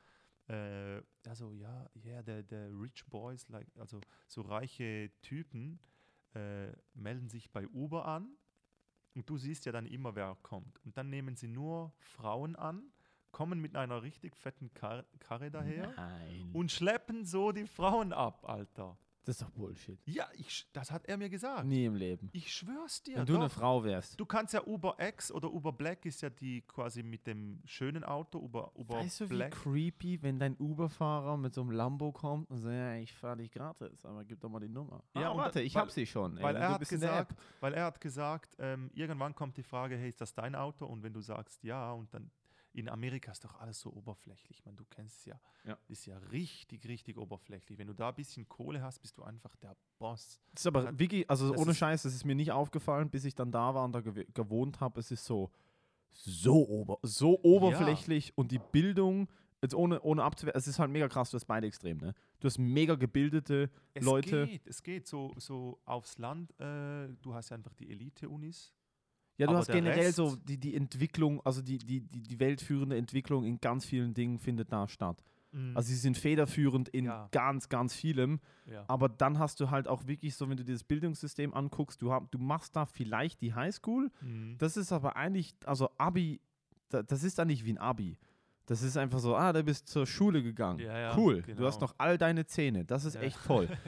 Speaker 2: Äh, also ja, yeah, the, the rich boys, like, also so reiche Typen äh, melden sich bei Uber an und du siehst ja dann immer, wer kommt. Und dann nehmen sie nur Frauen an, kommen mit einer richtig fetten Kar Karre daher
Speaker 1: Nein.
Speaker 2: und schleppen so die Frauen ab, Alter.
Speaker 1: das ist doch Bullshit.
Speaker 2: Ja, ich, sch- das hat er mir gesagt.
Speaker 1: Nie im Leben.
Speaker 2: Ich schwör's dir.
Speaker 1: Wenn du eine
Speaker 2: doch.
Speaker 1: Frau wärst.
Speaker 2: Du kannst ja Uber X oder Uber Black ist ja die quasi mit dem schönen Auto, Uber, Uber
Speaker 1: Weißt du, wie
Speaker 2: Black.
Speaker 1: creepy, wenn dein Uber-Fahrer mit so einem Lambo kommt und sagt, ja, ich fahre dich gratis, aber gib doch mal die Nummer.
Speaker 2: Ja,
Speaker 1: ah,
Speaker 2: und
Speaker 1: warte,
Speaker 2: da-
Speaker 1: ich
Speaker 2: weil-
Speaker 1: hab sie schon. ey,
Speaker 2: weil
Speaker 1: du
Speaker 2: er, hat
Speaker 1: bist in der App.
Speaker 2: gesagt, weil er hat gesagt, ähm, irgendwann kommt die Frage, hey, ist das dein Auto? Und wenn du sagst ja, und dann in Amerika ist doch alles so oberflächlich, man, du kennst es ja.
Speaker 1: Ja.
Speaker 2: Ist ja richtig, richtig oberflächlich. Wenn du da ein bisschen Kohle hast, bist du einfach der Boss.
Speaker 1: Das ist aber
Speaker 2: Hat-
Speaker 1: wirklich, also
Speaker 2: das
Speaker 1: ohne
Speaker 2: ist-
Speaker 1: Scheiß, das ist mir nicht aufgefallen, bis ich dann da war und da gew gewohnt habe. Es ist so, so, ober so oberflächlich und die Bildung, jetzt ohne, ohne abzuwehren, es ist halt mega krass, du hast beide extrem, ne? Du hast mega gebildete
Speaker 2: Es
Speaker 1: Leute.
Speaker 2: geht, es geht. So, so aufs Land, äh, du hast ja einfach die Elite-Unis.
Speaker 1: Ja, du
Speaker 2: Aber
Speaker 1: hast
Speaker 2: der
Speaker 1: generell
Speaker 2: Rest-
Speaker 1: so die, die Entwicklung, also die, die, die, die weltführende Entwicklung in ganz vielen Dingen findet da statt. Also sie sind federführend in
Speaker 2: Mhm. Ja.
Speaker 1: ganz, ganz vielem.
Speaker 2: ja.
Speaker 1: Aber dann hast du halt auch wirklich so, wenn du dir das Bildungssystem anguckst, du, hab, du machst da vielleicht die Highschool,
Speaker 2: Mhm.
Speaker 1: Das ist aber eigentlich, also Abi, da, das ist dann nicht wie ein Abi. Das ist einfach so, ah, du bist zur Schule gegangen.
Speaker 2: Ja, ja,
Speaker 1: cool, du
Speaker 2: genau.
Speaker 1: hast noch all deine Zähne. Das ist
Speaker 2: Ja.
Speaker 1: echt toll.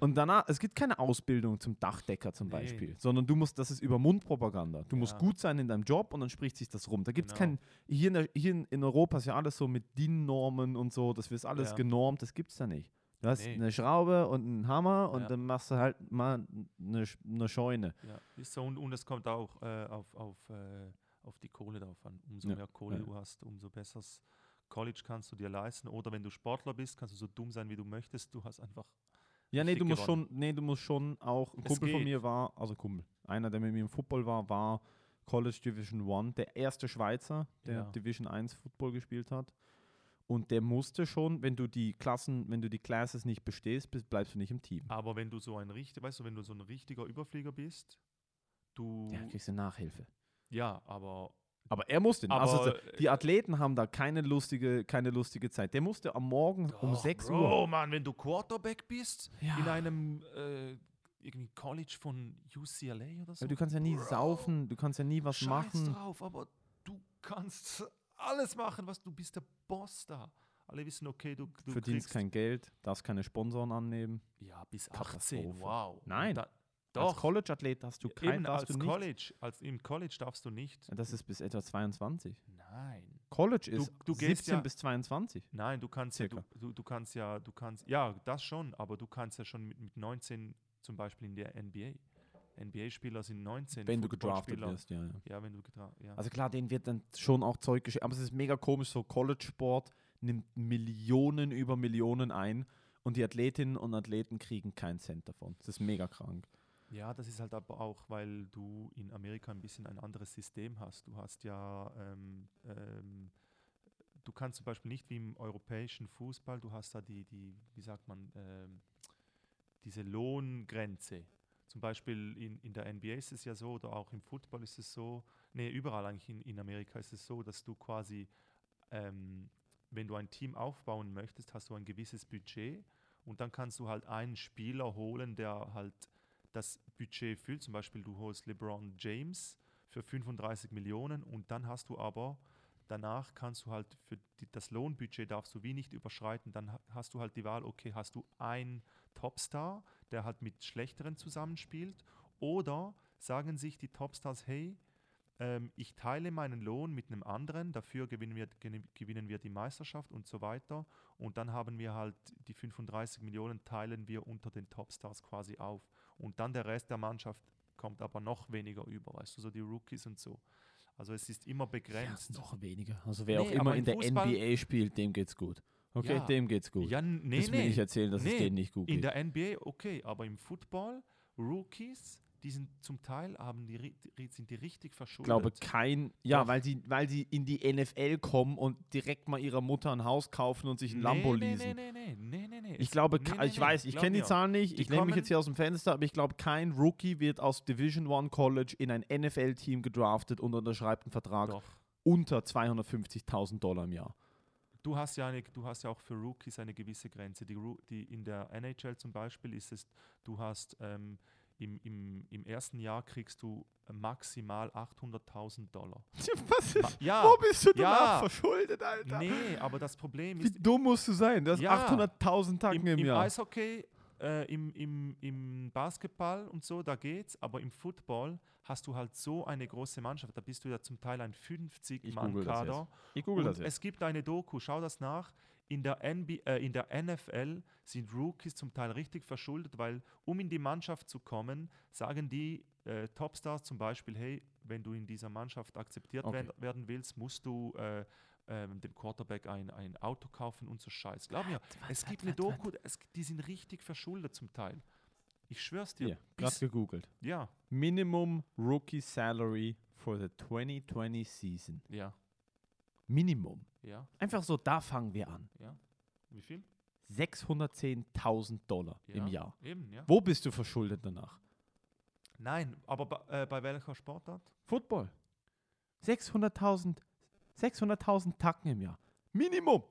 Speaker 1: Und danach, es gibt keine Ausbildung zum Dachdecker zum
Speaker 2: Nee.
Speaker 1: Beispiel, sondern du musst, das ist über Mundpropaganda. Du musst
Speaker 2: Ja.
Speaker 1: gut sein in deinem Job und dann spricht sich das rum. Da gibt es
Speaker 2: Genau.
Speaker 1: kein, hier, in, der, hier in, in Europa ist ja alles so mit DIN-Normen und so, das wird alles
Speaker 2: Ja.
Speaker 1: genormt, das gibt es da nicht. Du hast
Speaker 2: Nee.
Speaker 1: eine Schraube und einen Hammer und
Speaker 2: Ja.
Speaker 1: dann machst du halt mal eine, Sch- eine Scheune.
Speaker 2: Ja, ist so und, und es kommt auch äh, auf, auf, äh, auf die Kohle drauf an. Umso
Speaker 1: Ja,
Speaker 2: mehr Kohle
Speaker 1: ja.
Speaker 2: du hast, umso besseres College kannst du dir leisten. Oder wenn du Sportler bist, kannst du so dumm sein, wie du möchtest. Du hast einfach.
Speaker 1: Mhm. Ja, nee,
Speaker 2: Richtig
Speaker 1: du musst
Speaker 2: gewonnen.
Speaker 1: schon, nee, du musst schon auch, ein
Speaker 2: Es
Speaker 1: Kumpel von
Speaker 2: geht.
Speaker 1: mir war, also Kumpel, einer, der mit mir im Football war, war College Division One, der erste Schweizer, der
Speaker 2: Ja.
Speaker 1: Division 1 Football gespielt hat. Und der musste schon, wenn du die Klassen, wenn du die Classes nicht bestehst, bist, bleibst du nicht im Team.
Speaker 2: Aber wenn du so ein richtig, weißt du, wenn du so ein richtiger Überflieger bist, du.
Speaker 1: Ja, kriegst du Nachhilfe.
Speaker 2: Ja, aber.
Speaker 1: Aber er musste. nicht. also,
Speaker 2: Aber, äh,
Speaker 1: so, die Athleten haben da keine lustige, keine lustige Zeit. Der musste am Morgen um 6 Uhr.
Speaker 2: Oh Mann, wenn du Quarterback bist
Speaker 1: Ja.
Speaker 2: in einem äh, irgendwie College von UCLA oder so.
Speaker 1: Aber du kannst ja nie
Speaker 2: Bro.
Speaker 1: saufen, du kannst ja nie was
Speaker 2: Scheiß
Speaker 1: machen.
Speaker 2: drauf, aber du kannst alles machen, was du bist der Boss da. Alle wissen, okay, du, du
Speaker 1: Du verdienst
Speaker 2: kriegst-
Speaker 1: kein Geld, darfst keine Sponsoren annehmen.
Speaker 2: Ja, bis
Speaker 1: Katastrophe.
Speaker 2: 18, wow. Und
Speaker 1: Nein,
Speaker 2: Da,
Speaker 1: Als
Speaker 2: doch,
Speaker 1: College-Athlet hast du kein,
Speaker 2: eben
Speaker 1: darfst
Speaker 2: als
Speaker 1: du nicht. Äh.
Speaker 2: College, als im College darfst du nicht.
Speaker 1: Das ist bis etwa 22.
Speaker 2: Nein.
Speaker 1: College
Speaker 2: Du-
Speaker 1: ist
Speaker 2: du gehst
Speaker 1: 17
Speaker 2: ja-
Speaker 1: bis 22.
Speaker 2: Nein, du kannst ja, du,
Speaker 1: Circa.
Speaker 2: du, du kannst ja, du kannst, ja, das schon, aber du kannst ja schon mit, mit 19 zum Beispiel in der NBA. NBA-Spieler sind 19. Footballspieler-
Speaker 1: ja,
Speaker 2: Ja, wenn du gedraftet ja.
Speaker 1: Also klar, denen wird dann schon auch Zeug geschickt. Aber es ist mega komisch, so College-Sport nimmt Millionen über Millionen ein und die Athletinnen und Athleten kriegen keinen Cent davon. Das ist mega krank.
Speaker 2: Ja, das ist halt aber auch, weil du in Amerika ein bisschen ein anderes System hast. Du hast ja, ähm, ähm, du kannst zum Beispiel nicht wie im europäischen Fußball, du hast da die, die wie sagt man, ähm, diese Lohngrenze. Zum Beispiel in, in der NBA ist es ja so, oder auch im Football ist es so, nee, überall eigentlich in, in Amerika ist es so, dass du quasi, ähm, wenn du ein Team aufbauen möchtest, hast du ein gewisses Budget und dann kannst du halt einen Spieler holen, der halt das Budget füllt. Zum Beispiel du holst LeBron James für 35 Millionen und dann hast du aber danach kannst du halt für die, das Lohnbudget darfst du wie nicht überschreiten. Dann ha- hast du halt die Wahl, okay, hast du einen Topstar, der halt mit schlechteren zusammenspielt oder sagen sich die Topstars, hey, ähm, ich teile meinen Lohn mit einem anderen, dafür gewinnen wir, geni- gewinnen wir die Meisterschaft und so weiter. Und dann haben wir halt die 35 Millionen, teilen wir unter den Topstars quasi auf. Und dann der Rest der Mannschaft kommt aber noch weniger über, weißt du, so die Rookies und so. Also es ist immer begrenzt.
Speaker 1: noch weniger. Also wer auch
Speaker 2: Nee,
Speaker 1: immer
Speaker 2: aber
Speaker 1: in
Speaker 2: im
Speaker 1: der
Speaker 2: Fußball-
Speaker 1: NBA spielt, dem geht's gut. Okay,
Speaker 2: Ja.
Speaker 1: dem geht's gut.
Speaker 2: Ja, n- nee,
Speaker 1: das will
Speaker 2: nee.
Speaker 1: ich erzählen, dass es
Speaker 2: Nee,
Speaker 1: denen nicht gut
Speaker 2: In
Speaker 1: geht.
Speaker 2: der NBA, okay, aber im Football, Rookies, die sind zum Teil haben die, ri- ri- sind die richtig
Speaker 1: Ich
Speaker 2: verschuldet.
Speaker 1: glaube kein, ja,
Speaker 2: Doch.
Speaker 1: weil sie, weil sie in die NFL kommen und direkt mal ihrer Mutter ein Haus kaufen und sich ein Lambo
Speaker 2: nee,
Speaker 1: leasen.
Speaker 2: nee, nee, nee, nee, nee, nee.
Speaker 1: Ich
Speaker 2: Es-
Speaker 1: glaube,
Speaker 2: nee,
Speaker 1: ke-
Speaker 2: nee,
Speaker 1: ich
Speaker 2: nee,
Speaker 1: weiß, ich
Speaker 2: glaub
Speaker 1: kenne die
Speaker 2: mir.
Speaker 1: Zahlen nicht,
Speaker 2: Die
Speaker 1: ich lehne mich
Speaker 2: kommen-
Speaker 1: jetzt hier aus dem Fenster, aber ich glaube, kein Rookie wird aus Division One College in ein NFL-Team gedraftet und unterschreibt einen Vertrag
Speaker 2: Doch.
Speaker 1: unter 250.000 Dollar im Jahr.
Speaker 2: Du hast, ja eine, du hast ja auch für Rookies eine gewisse Grenze. Die, Ru- die in der NHL zum Beispiel ist es, du hast ähm, im, im, im ersten Jahr kriegst du maximal 800.000 Dollar.
Speaker 1: Was ist,
Speaker 2: Ja,
Speaker 1: wo bist du
Speaker 2: ja.
Speaker 1: danach verschuldet, Alter?
Speaker 2: nee, aber das Problem
Speaker 1: Wie
Speaker 2: ist,
Speaker 1: dumm musst du sein? Das
Speaker 2: Ja.
Speaker 1: 800.000 Tacken
Speaker 2: im,
Speaker 1: im,
Speaker 2: im
Speaker 1: Jahr.
Speaker 2: Eishockey, äh, im, im, im Basketball und so, da geht's, aber im Football hast du halt so eine große Mannschaft, da bist du ja zum Teil ein
Speaker 1: google das
Speaker 2: 50-Mann-Kader.
Speaker 1: ich google
Speaker 2: Und es gibt eine Doku, schau das nach. In der, NB, äh, in der NFL sind Rookies zum Teil richtig verschuldet, weil um in die Mannschaft zu kommen, sagen die äh, Topstars zum Beispiel, hey, wenn du in dieser Mannschaft akzeptiert
Speaker 1: Okay.
Speaker 2: werden, werden willst, musst du äh, ähm, dem Quarterback ein, ein Auto kaufen und so Scheiß. Glaub mir, es gibt eine Doku, es, die sind richtig verschuldet zum Teil. Ich schwör's dir.
Speaker 1: Hier, gerade
Speaker 2: bis-
Speaker 1: gegoogelt.
Speaker 2: ja,
Speaker 1: Minimum Rookie Salary for the 2020 Season.
Speaker 2: ja,
Speaker 1: Minimum.
Speaker 2: ja,
Speaker 1: Einfach so, da fangen wir an.
Speaker 2: ja. Wie viel?
Speaker 1: 610.000 Dollar
Speaker 2: Ja.
Speaker 1: im Jahr.
Speaker 2: Eben, ja.
Speaker 1: Wo bist du verschuldet danach?
Speaker 2: Nein, aber bei, äh, bei welcher Sportart?
Speaker 1: Football. 600.000 600.000 Tacken im Jahr. Minimum.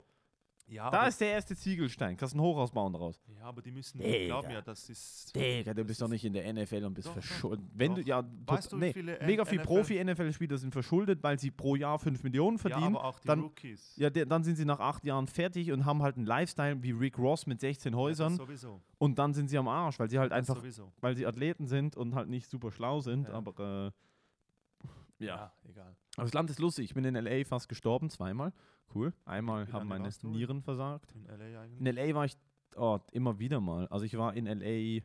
Speaker 2: Ja,
Speaker 1: da ist der erste Ziegelstein. Kannst ein Hochhaus bauen daraus.
Speaker 2: Ja, aber die müssen,
Speaker 1: Digga.
Speaker 2: glaub mir, das ist.
Speaker 1: Digga, du
Speaker 2: das
Speaker 1: bist doch
Speaker 2: ist-
Speaker 1: nicht in der NFL und bist
Speaker 2: Doch, doch,
Speaker 1: verschuldet. Wenn du,
Speaker 2: doch.
Speaker 1: ja,
Speaker 2: Weißt
Speaker 1: tot-
Speaker 2: du, wie
Speaker 1: nee,
Speaker 2: viele N-
Speaker 1: mega viel
Speaker 2: NFL
Speaker 1: Profi-NFL-Spieler sind verschuldet, weil sie pro Jahr 5 Millionen
Speaker 2: Ja,
Speaker 1: verdienen.
Speaker 2: aber auch die
Speaker 1: dann-
Speaker 2: Rookies.
Speaker 1: Ja, der, dann sind sie nach acht Jahren fertig und haben halt einen Lifestyle wie Rick Ross mit 16 Häusern
Speaker 2: Das sowieso.
Speaker 1: und dann sind sie am Arsch, weil sie halt
Speaker 2: Das
Speaker 1: einfach,
Speaker 2: sowieso.
Speaker 1: weil sie Athleten sind und halt nicht super schlau sind,
Speaker 2: Ja.
Speaker 1: aber äh, ja.
Speaker 2: egal.
Speaker 1: Aber das Land ist lustig. Ich bin in L.A. fast gestorben, zweimal. Cool. Einmal
Speaker 2: Wie
Speaker 1: haben
Speaker 2: lange
Speaker 1: meine
Speaker 2: warst du in-
Speaker 1: Nieren versagt.
Speaker 2: In LA
Speaker 1: In
Speaker 2: eigentlich.
Speaker 1: L.A. war ich oh, immer wieder mal. Also ich war in L.A.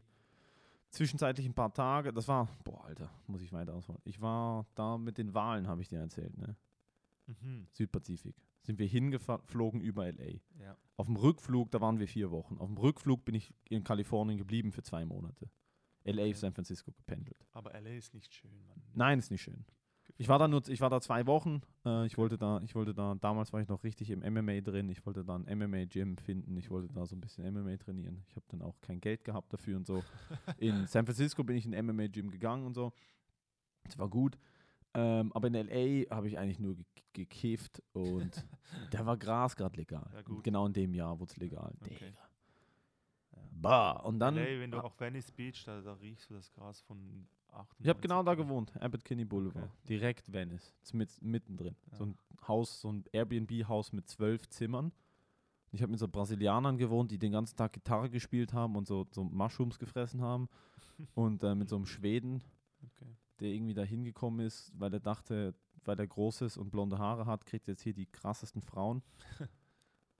Speaker 1: zwischenzeitlich ein paar Tage. Das war, boah, Alter, muss ich weiter ausholen. Ich war da mit den Wahlen, habe ich dir erzählt, ne?
Speaker 2: Mhm.
Speaker 1: Südpazifik. Sind wir hingeflogen über L.A.
Speaker 2: Ja.
Speaker 1: Auf dem Rückflug, da waren wir vier Wochen. Auf dem Rückflug bin ich in Kalifornien geblieben für zwei Monate. L.A.
Speaker 2: Okay.
Speaker 1: auf San Francisco gependelt.
Speaker 2: Aber LA ist nicht schön, Mann.
Speaker 1: Nein, ist nicht schön. Ich war da nur, ich war da zwei Wochen. Äh, ich wollte da, ich wollte da, damals war ich noch richtig im MMA drin. Ich wollte da ein MMA-Gym finden. Ich wollte da so ein bisschen MMA trainieren. Ich habe dann auch kein Geld gehabt dafür und so. In San Francisco bin ich in ein MMA-Gym gegangen und so. Es war gut. Ähm, aber in LA habe ich eigentlich nur ge gekifft und da war Gras gerade legal.
Speaker 2: Ja, gut.
Speaker 1: Genau in dem Jahr wurde es legal.
Speaker 2: Okay.
Speaker 1: Digga.
Speaker 2: Ja.
Speaker 1: Bah. Und dann.
Speaker 2: LA, wenn du
Speaker 1: ah,
Speaker 2: auch Venice Beach, da, da riechst du das Gras von 8.
Speaker 1: ich habe genau da gewohnt, Abbott Kinney Boulevard.
Speaker 2: Okay.
Speaker 1: Direkt Venice. Mit, mittendrin.
Speaker 2: Ja.
Speaker 1: So ein Haus, so ein Airbnb-Haus mit zwölf Zimmern. Ich habe mit so Brasilianern gewohnt, die den ganzen Tag Gitarre gespielt haben und so, so Mushrooms gefressen haben. und äh, mit so einem Schweden,
Speaker 2: Okay.
Speaker 1: der irgendwie da hingekommen ist, weil er dachte, weil er groß ist und blonde Haare hat, kriegt jetzt hier die krassesten Frauen.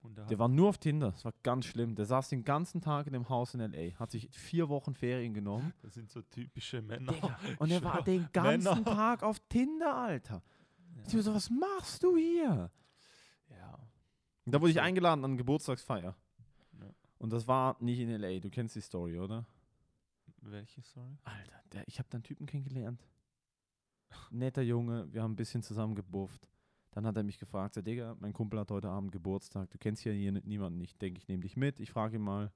Speaker 2: Und da
Speaker 1: Der
Speaker 2: hat,
Speaker 1: war nur auf Tinder, das war ganz schlimm. Der saß den ganzen Tag in dem Haus in L.A., hat sich vier Wochen Ferien genommen
Speaker 2: das sind so typische Männer.
Speaker 1: Digga. Und er war
Speaker 2: Schwör.
Speaker 1: den ganzen
Speaker 2: Männer.
Speaker 1: Tag auf Tinder, Alter. Ich
Speaker 2: Ja.
Speaker 1: war so, was machst du hier?
Speaker 2: ja.
Speaker 1: Und da wurde ich
Speaker 2: So.
Speaker 1: eingeladen an Geburtstagsfeier.
Speaker 2: Ja.
Speaker 1: Und das war nicht in L.A. Du kennst die Story, oder?
Speaker 2: Welche, sorry?
Speaker 1: Alter, der, ich habe da einen Typen kennengelernt. Netter Junge, wir haben ein bisschen zusammen gebufft. Dann hat er mich gefragt, so, Digga, mein Kumpel hat heute Abend Geburtstag, du kennst hier, hier ni- niemanden, ich denke, ich nehme dich mit. Ich frage ihn mal,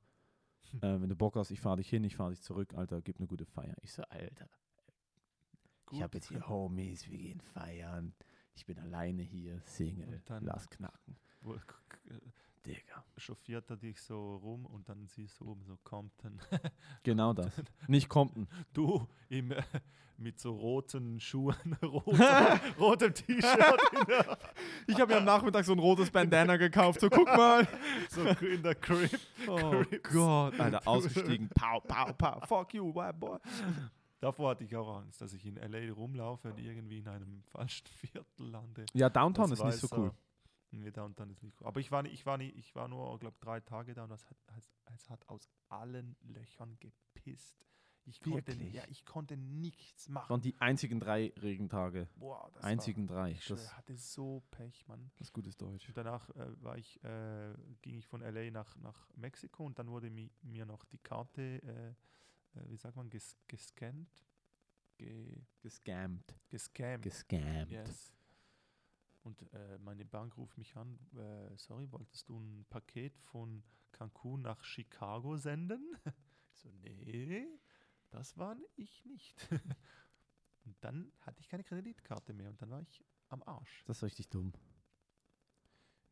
Speaker 1: äh, wenn du Bock hast, ich fahre dich hin, ich fahre dich zurück, Alter, gib eine gute Feier. Ich so, Alter, Ich habe jetzt hier Homies, wir gehen feiern. Ich bin alleine hier, Single.
Speaker 2: Und dann-
Speaker 1: Lass knacken.
Speaker 2: Wo- k- k- äh,
Speaker 1: Digga.
Speaker 2: Chauffiert er dich so rum und dann siehst du oben so Compton.
Speaker 1: Genau das. Nicht Compton.
Speaker 2: Du im, äh, mit so roten Schuhen, rotem, rotem T-Shirt, in der-
Speaker 1: Ich habe mir am Nachmittag so ein rotes Bandana gekauft. So, guck mal.
Speaker 2: so in der Crib.
Speaker 1: Oh
Speaker 2: Crips.
Speaker 1: Gott. Alter, ausgestiegen. Pow, pow, pow. Fuck you, white boy.
Speaker 2: Davor hatte ich auch Angst, dass ich in LA rumlaufe und irgendwie in einem falschen Viertel lande.
Speaker 1: Ja, Downtown
Speaker 2: Das
Speaker 1: ist nicht so
Speaker 2: weiß
Speaker 1: cool.
Speaker 2: er. Nee, Downtown ist nicht cool. Aber ich war, nie, ich war, nie, ich war nur, glaube drei Tage da und es hat, es, es hat aus allen Löchern gepisst. Ich konnte,
Speaker 1: Wirklich?
Speaker 2: ja, ich konnte nichts
Speaker 1: Das
Speaker 2: machen.
Speaker 1: waren die einzigen drei Regentage.
Speaker 2: Boah, das
Speaker 1: einzigen
Speaker 2: War,
Speaker 1: drei.
Speaker 2: ich schwöre,
Speaker 1: Das,
Speaker 2: hatte so Pech, Mann.
Speaker 1: das ist gutes Deutsch.
Speaker 2: Und danach äh, war ich, äh, ging ich von LA nach, nach Mexiko und dann wurde mi, mir noch die Karte, äh, äh, wie sagt man, ges, gescannt? Ge,
Speaker 1: Gescammt.
Speaker 2: gescammt.
Speaker 1: Gescammt.
Speaker 2: Yes. Und äh, meine Bank ruft mich an, äh, sorry, wolltest du ein Paket von Cancun nach Chicago senden? Ich so, nee, das war ich nicht. und dann hatte ich keine Kreditkarte mehr und dann war ich am Arsch.
Speaker 1: Das ist richtig dumm.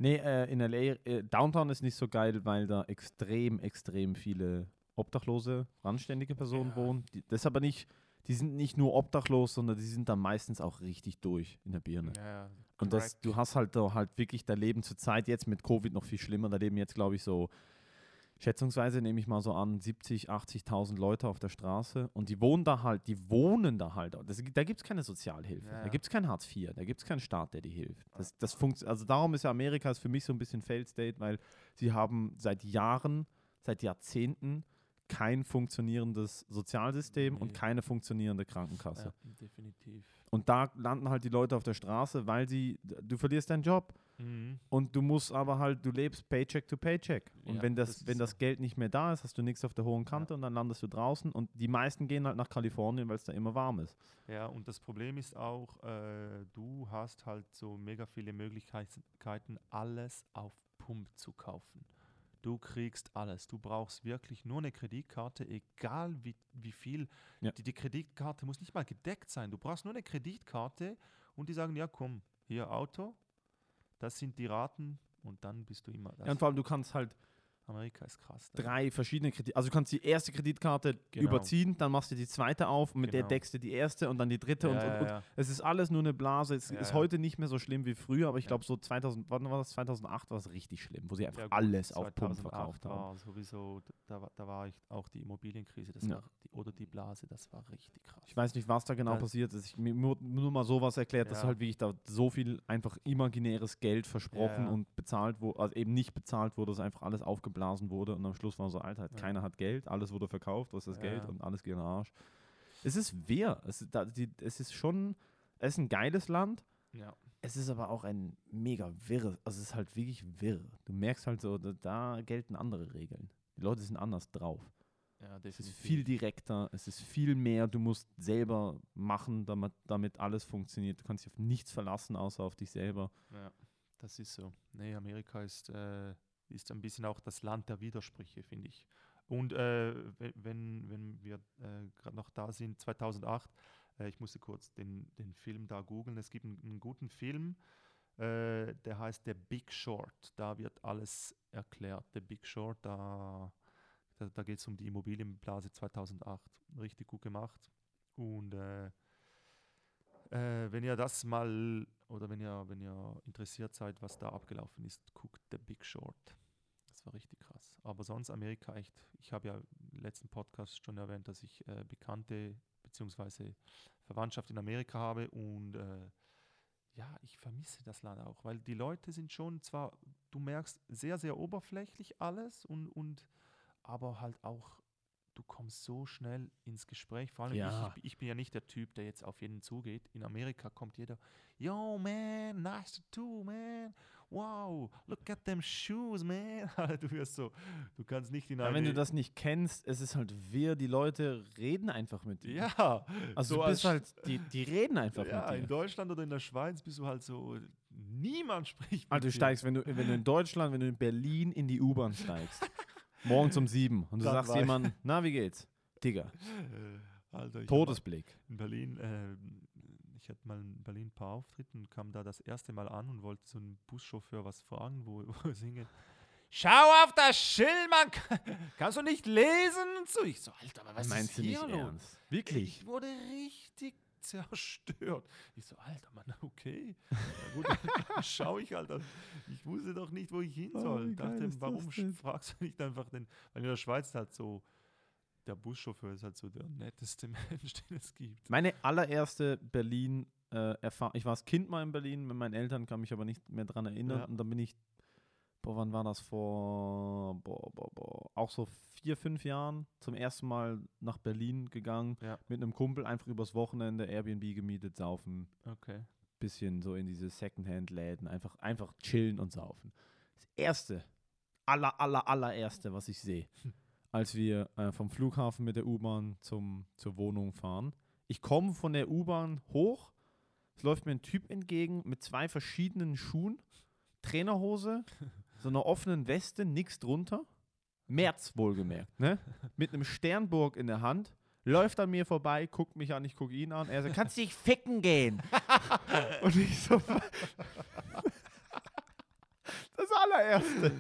Speaker 1: Nee, äh, in LA, äh, Downtown ist nicht so geil, weil da extrem, extrem viele obdachlose, randständige Personen
Speaker 2: Ja.
Speaker 1: wohnen. Die, das ist aber nicht, die sind nicht nur obdachlos, sondern die sind dann meistens auch richtig durch in der Birne.
Speaker 2: Ja,
Speaker 1: Und das, du
Speaker 2: Crack.
Speaker 1: hast halt da halt wirklich dein Leben zur Zeit jetzt mit Covid noch viel schlimmer. Da leben jetzt, glaube ich, so, schätzungsweise nehme ich mal so an, 70, 80.000 Leute auf der Straße. Und die wohnen da halt, die wohnen da halt. Das, da gibt es keine Sozialhilfe,
Speaker 2: Ja,
Speaker 1: da
Speaker 2: ja.
Speaker 1: gibt es kein Hartz IV, da gibt es keinen Staat, der dir hilft. Das, das funkt, also darum ist ja Amerika ist für mich so ein bisschen Failed State, weil sie haben seit Jahren, seit Jahrzehnten kein funktionierendes Sozialsystem und
Speaker 2: Nee.
Speaker 1: keine funktionierende Krankenkasse.
Speaker 2: ja, definitiv.
Speaker 1: Und da landen halt die Leute auf der Straße, weil sie, du verlierst deinen Job
Speaker 2: Mhm.
Speaker 1: und du musst aber halt, du lebst Paycheck to Paycheck. Und
Speaker 2: Ja,
Speaker 1: wenn, das,
Speaker 2: das ist
Speaker 1: wenn
Speaker 2: so.
Speaker 1: das Geld nicht mehr da ist, hast du nichts auf der hohen Kante und dann landest du draußen. Und die meisten gehen halt nach Kalifornien, weil es da immer warm ist.
Speaker 2: Ja, und das Problem ist auch, äh, du hast halt so mega viele Möglichkeiten, alles auf Pump zu kaufen. Du kriegst alles. Du brauchst wirklich nur eine Kreditkarte, egal wie, wie viel.
Speaker 1: Ja.
Speaker 2: Die, die Kreditkarte muss nicht mal gedeckt sein. Du brauchst nur eine Kreditkarte und die sagen, ja komm, hier Auto, das sind die Raten und dann bist du immer
Speaker 1: Ja, und
Speaker 2: das.
Speaker 1: vor allem, du kannst halt
Speaker 2: Amerika ist krass. ne? da.
Speaker 1: drei verschiedene Kredit, also du kannst die erste Kreditkarte
Speaker 2: Genau.
Speaker 1: überziehen, dann machst du die zweite auf und mit
Speaker 2: Genau.
Speaker 1: der deckst du die erste und dann die dritte
Speaker 2: Ja,
Speaker 1: und, und,
Speaker 2: ja,
Speaker 1: und
Speaker 2: ja.
Speaker 1: es ist alles nur eine Blase. Es
Speaker 2: Ja,
Speaker 1: ist
Speaker 2: ja.
Speaker 1: heute nicht mehr so schlimm wie früher, aber ich
Speaker 2: Ja.
Speaker 1: glaube so 2000, wann war das? 2008 war es richtig schlimm, wo sie einfach
Speaker 2: Ja, gut,
Speaker 1: alles auf Pump
Speaker 2: 2008
Speaker 1: verkauft haben.
Speaker 2: War sowieso, d- da, wa- da war ich auch die Immobilienkrise, das
Speaker 1: Ja.
Speaker 2: war die, oder die Blase, das war richtig krass.
Speaker 1: Ich weiß nicht, was da genau
Speaker 2: Das-
Speaker 1: passiert ist. Ich, mir nur, nur mal sowas erklärt, dass
Speaker 2: Ja.
Speaker 1: halt wirklich da so viel einfach imaginäres Geld versprochen
Speaker 2: Ja.
Speaker 1: und bezahlt wurde, also eben nicht bezahlt wurde, dass einfach alles aufgeblasen wurde und am Schluss war so, Alter,
Speaker 2: Ja.
Speaker 1: keiner hat Geld, alles wurde verkauft, was ist das
Speaker 2: Ja.
Speaker 1: Geld und alles geht in den Arsch. Es ist wehr. Es, ist da, die, es ist schon, es ist ein geiles Land,
Speaker 2: ja.
Speaker 1: es ist aber auch ein mega wirres, also es ist halt wirklich wirr. Du merkst halt so, da, da gelten andere Regeln. Die Leute sind anders drauf.
Speaker 2: ja,
Speaker 1: Es ist viel direkter, es ist viel mehr, du musst selber machen, damit, damit alles funktioniert. Du kannst dich auf nichts verlassen, außer auf dich selber.
Speaker 2: Ja, das ist so. Nee, Amerika ist, äh, ist ein bisschen auch das Land der Widersprüche, finde ich. Und äh, we- wenn, wenn wir äh, gerade noch da sind, 2008, äh, ich musste kurz den, den Film da googeln. Es gibt einen, einen guten Film, äh, der heißt The Big Short. Da wird alles erklärt. The Big Short, da, da, da geht es um die Immobilienblase 2008. Richtig gut gemacht. Und äh, äh, wenn ihr das mal oder wenn ihr, wenn ihr interessiert seid, was da abgelaufen ist, guckt The Big Short. Das war richtig krass. Aber sonst Amerika echt. Ich habe ja im letzten Podcast schon erwähnt, dass ich äh, Bekannte bzw. Verwandtschaft in Amerika habe und äh, ja, ich vermisse das Land auch, weil die Leute sind schon zwar, du merkst, sehr, sehr oberflächlich alles und, und aber halt auch, du kommst so schnell ins Gespräch. Vor allem,
Speaker 1: Ja.
Speaker 2: ich, ich, ich bin ja nicht der Typ, der jetzt auf jeden zugeht. In Amerika kommt jeder, yo man, nice to do, man. Wow, look at them shoes, man. du wirst so, du kannst nicht in
Speaker 1: Aber wenn
Speaker 2: eine-
Speaker 1: du das nicht kennst, es ist halt wir, die Leute reden einfach mit dir.
Speaker 2: ja,
Speaker 1: Also
Speaker 2: so
Speaker 1: du bist
Speaker 2: als-
Speaker 1: halt, die, die reden einfach
Speaker 2: Ja, in
Speaker 1: mit dir.
Speaker 2: Deutschland oder in der Schweiz bist du halt so, niemand spricht mit
Speaker 1: Also du
Speaker 2: dir.
Speaker 1: steigst, wenn du, wenn du in Deutschland, wenn du in Berlin in die U-Bahn steigst, morgens um sieben und du
Speaker 2: Dann
Speaker 1: sagst
Speaker 2: war-
Speaker 1: jemandem, na, wie geht's? Digga,
Speaker 2: Äh, Alter, ich hab mal
Speaker 1: Todesblick.
Speaker 2: In Berlin, ähm, ich hatte mal in Berlin ein paar Auftritte und kam da das erste Mal an und wollte so einen Buschauffeur was fragen, wo, wo er singe. Schau auf das Schild, Mann! Kannst du nicht lesen? Und so, ich so, Alter, aber was
Speaker 1: Meinst
Speaker 2: ist
Speaker 1: du nicht
Speaker 2: hier los?
Speaker 1: ernst? Wirklich?
Speaker 2: Ich wurde richtig zerstört. Ich so, Alter, Mann, okay. Na gut, dann schau ich halt. an. Ich wusste doch nicht, wo ich hin
Speaker 1: Oh,
Speaker 2: soll.
Speaker 1: wie geil
Speaker 2: dachte,
Speaker 1: ist das
Speaker 2: warum sch-
Speaker 1: denn?
Speaker 2: fragst du nicht einfach den? Weil in der Schweiz halt so, der Buschauffeur ist halt so der netteste Mensch, den es gibt.
Speaker 1: Meine allererste Berlin-Erfahrung, ich war als Kind mal in Berlin, mit meinen Eltern kann mich aber nicht mehr dran erinnern.
Speaker 2: Ja.
Speaker 1: Und dann bin ich, boah, wann war das? Vor, boah, boah, boah, auch so vier, fünf Jahren zum ersten Mal nach Berlin gegangen,
Speaker 2: Ja.
Speaker 1: mit einem Kumpel einfach übers Wochenende Airbnb gemietet, saufen.
Speaker 2: Okay.
Speaker 1: Bisschen so in diese Secondhand-Läden, einfach, einfach chillen und saufen. Das erste, aller, aller, allererste, was ich sehe, als wir äh, vom Flughafen mit der U-Bahn zum- zur Wohnung fahren. Ich komme von der U-Bahn hoch, es läuft mir ein Typ entgegen mit zwei verschiedenen Schuhen, Trainerhose, so einer offenen Weste, nichts drunter. März wohlgemerkt, ne? Mit einem Sternburg in der Hand, läuft an mir vorbei, guckt mich an, ich gucke ihn an. Er sagt, kannst dich ficken gehen? Und ich so. Das allererste,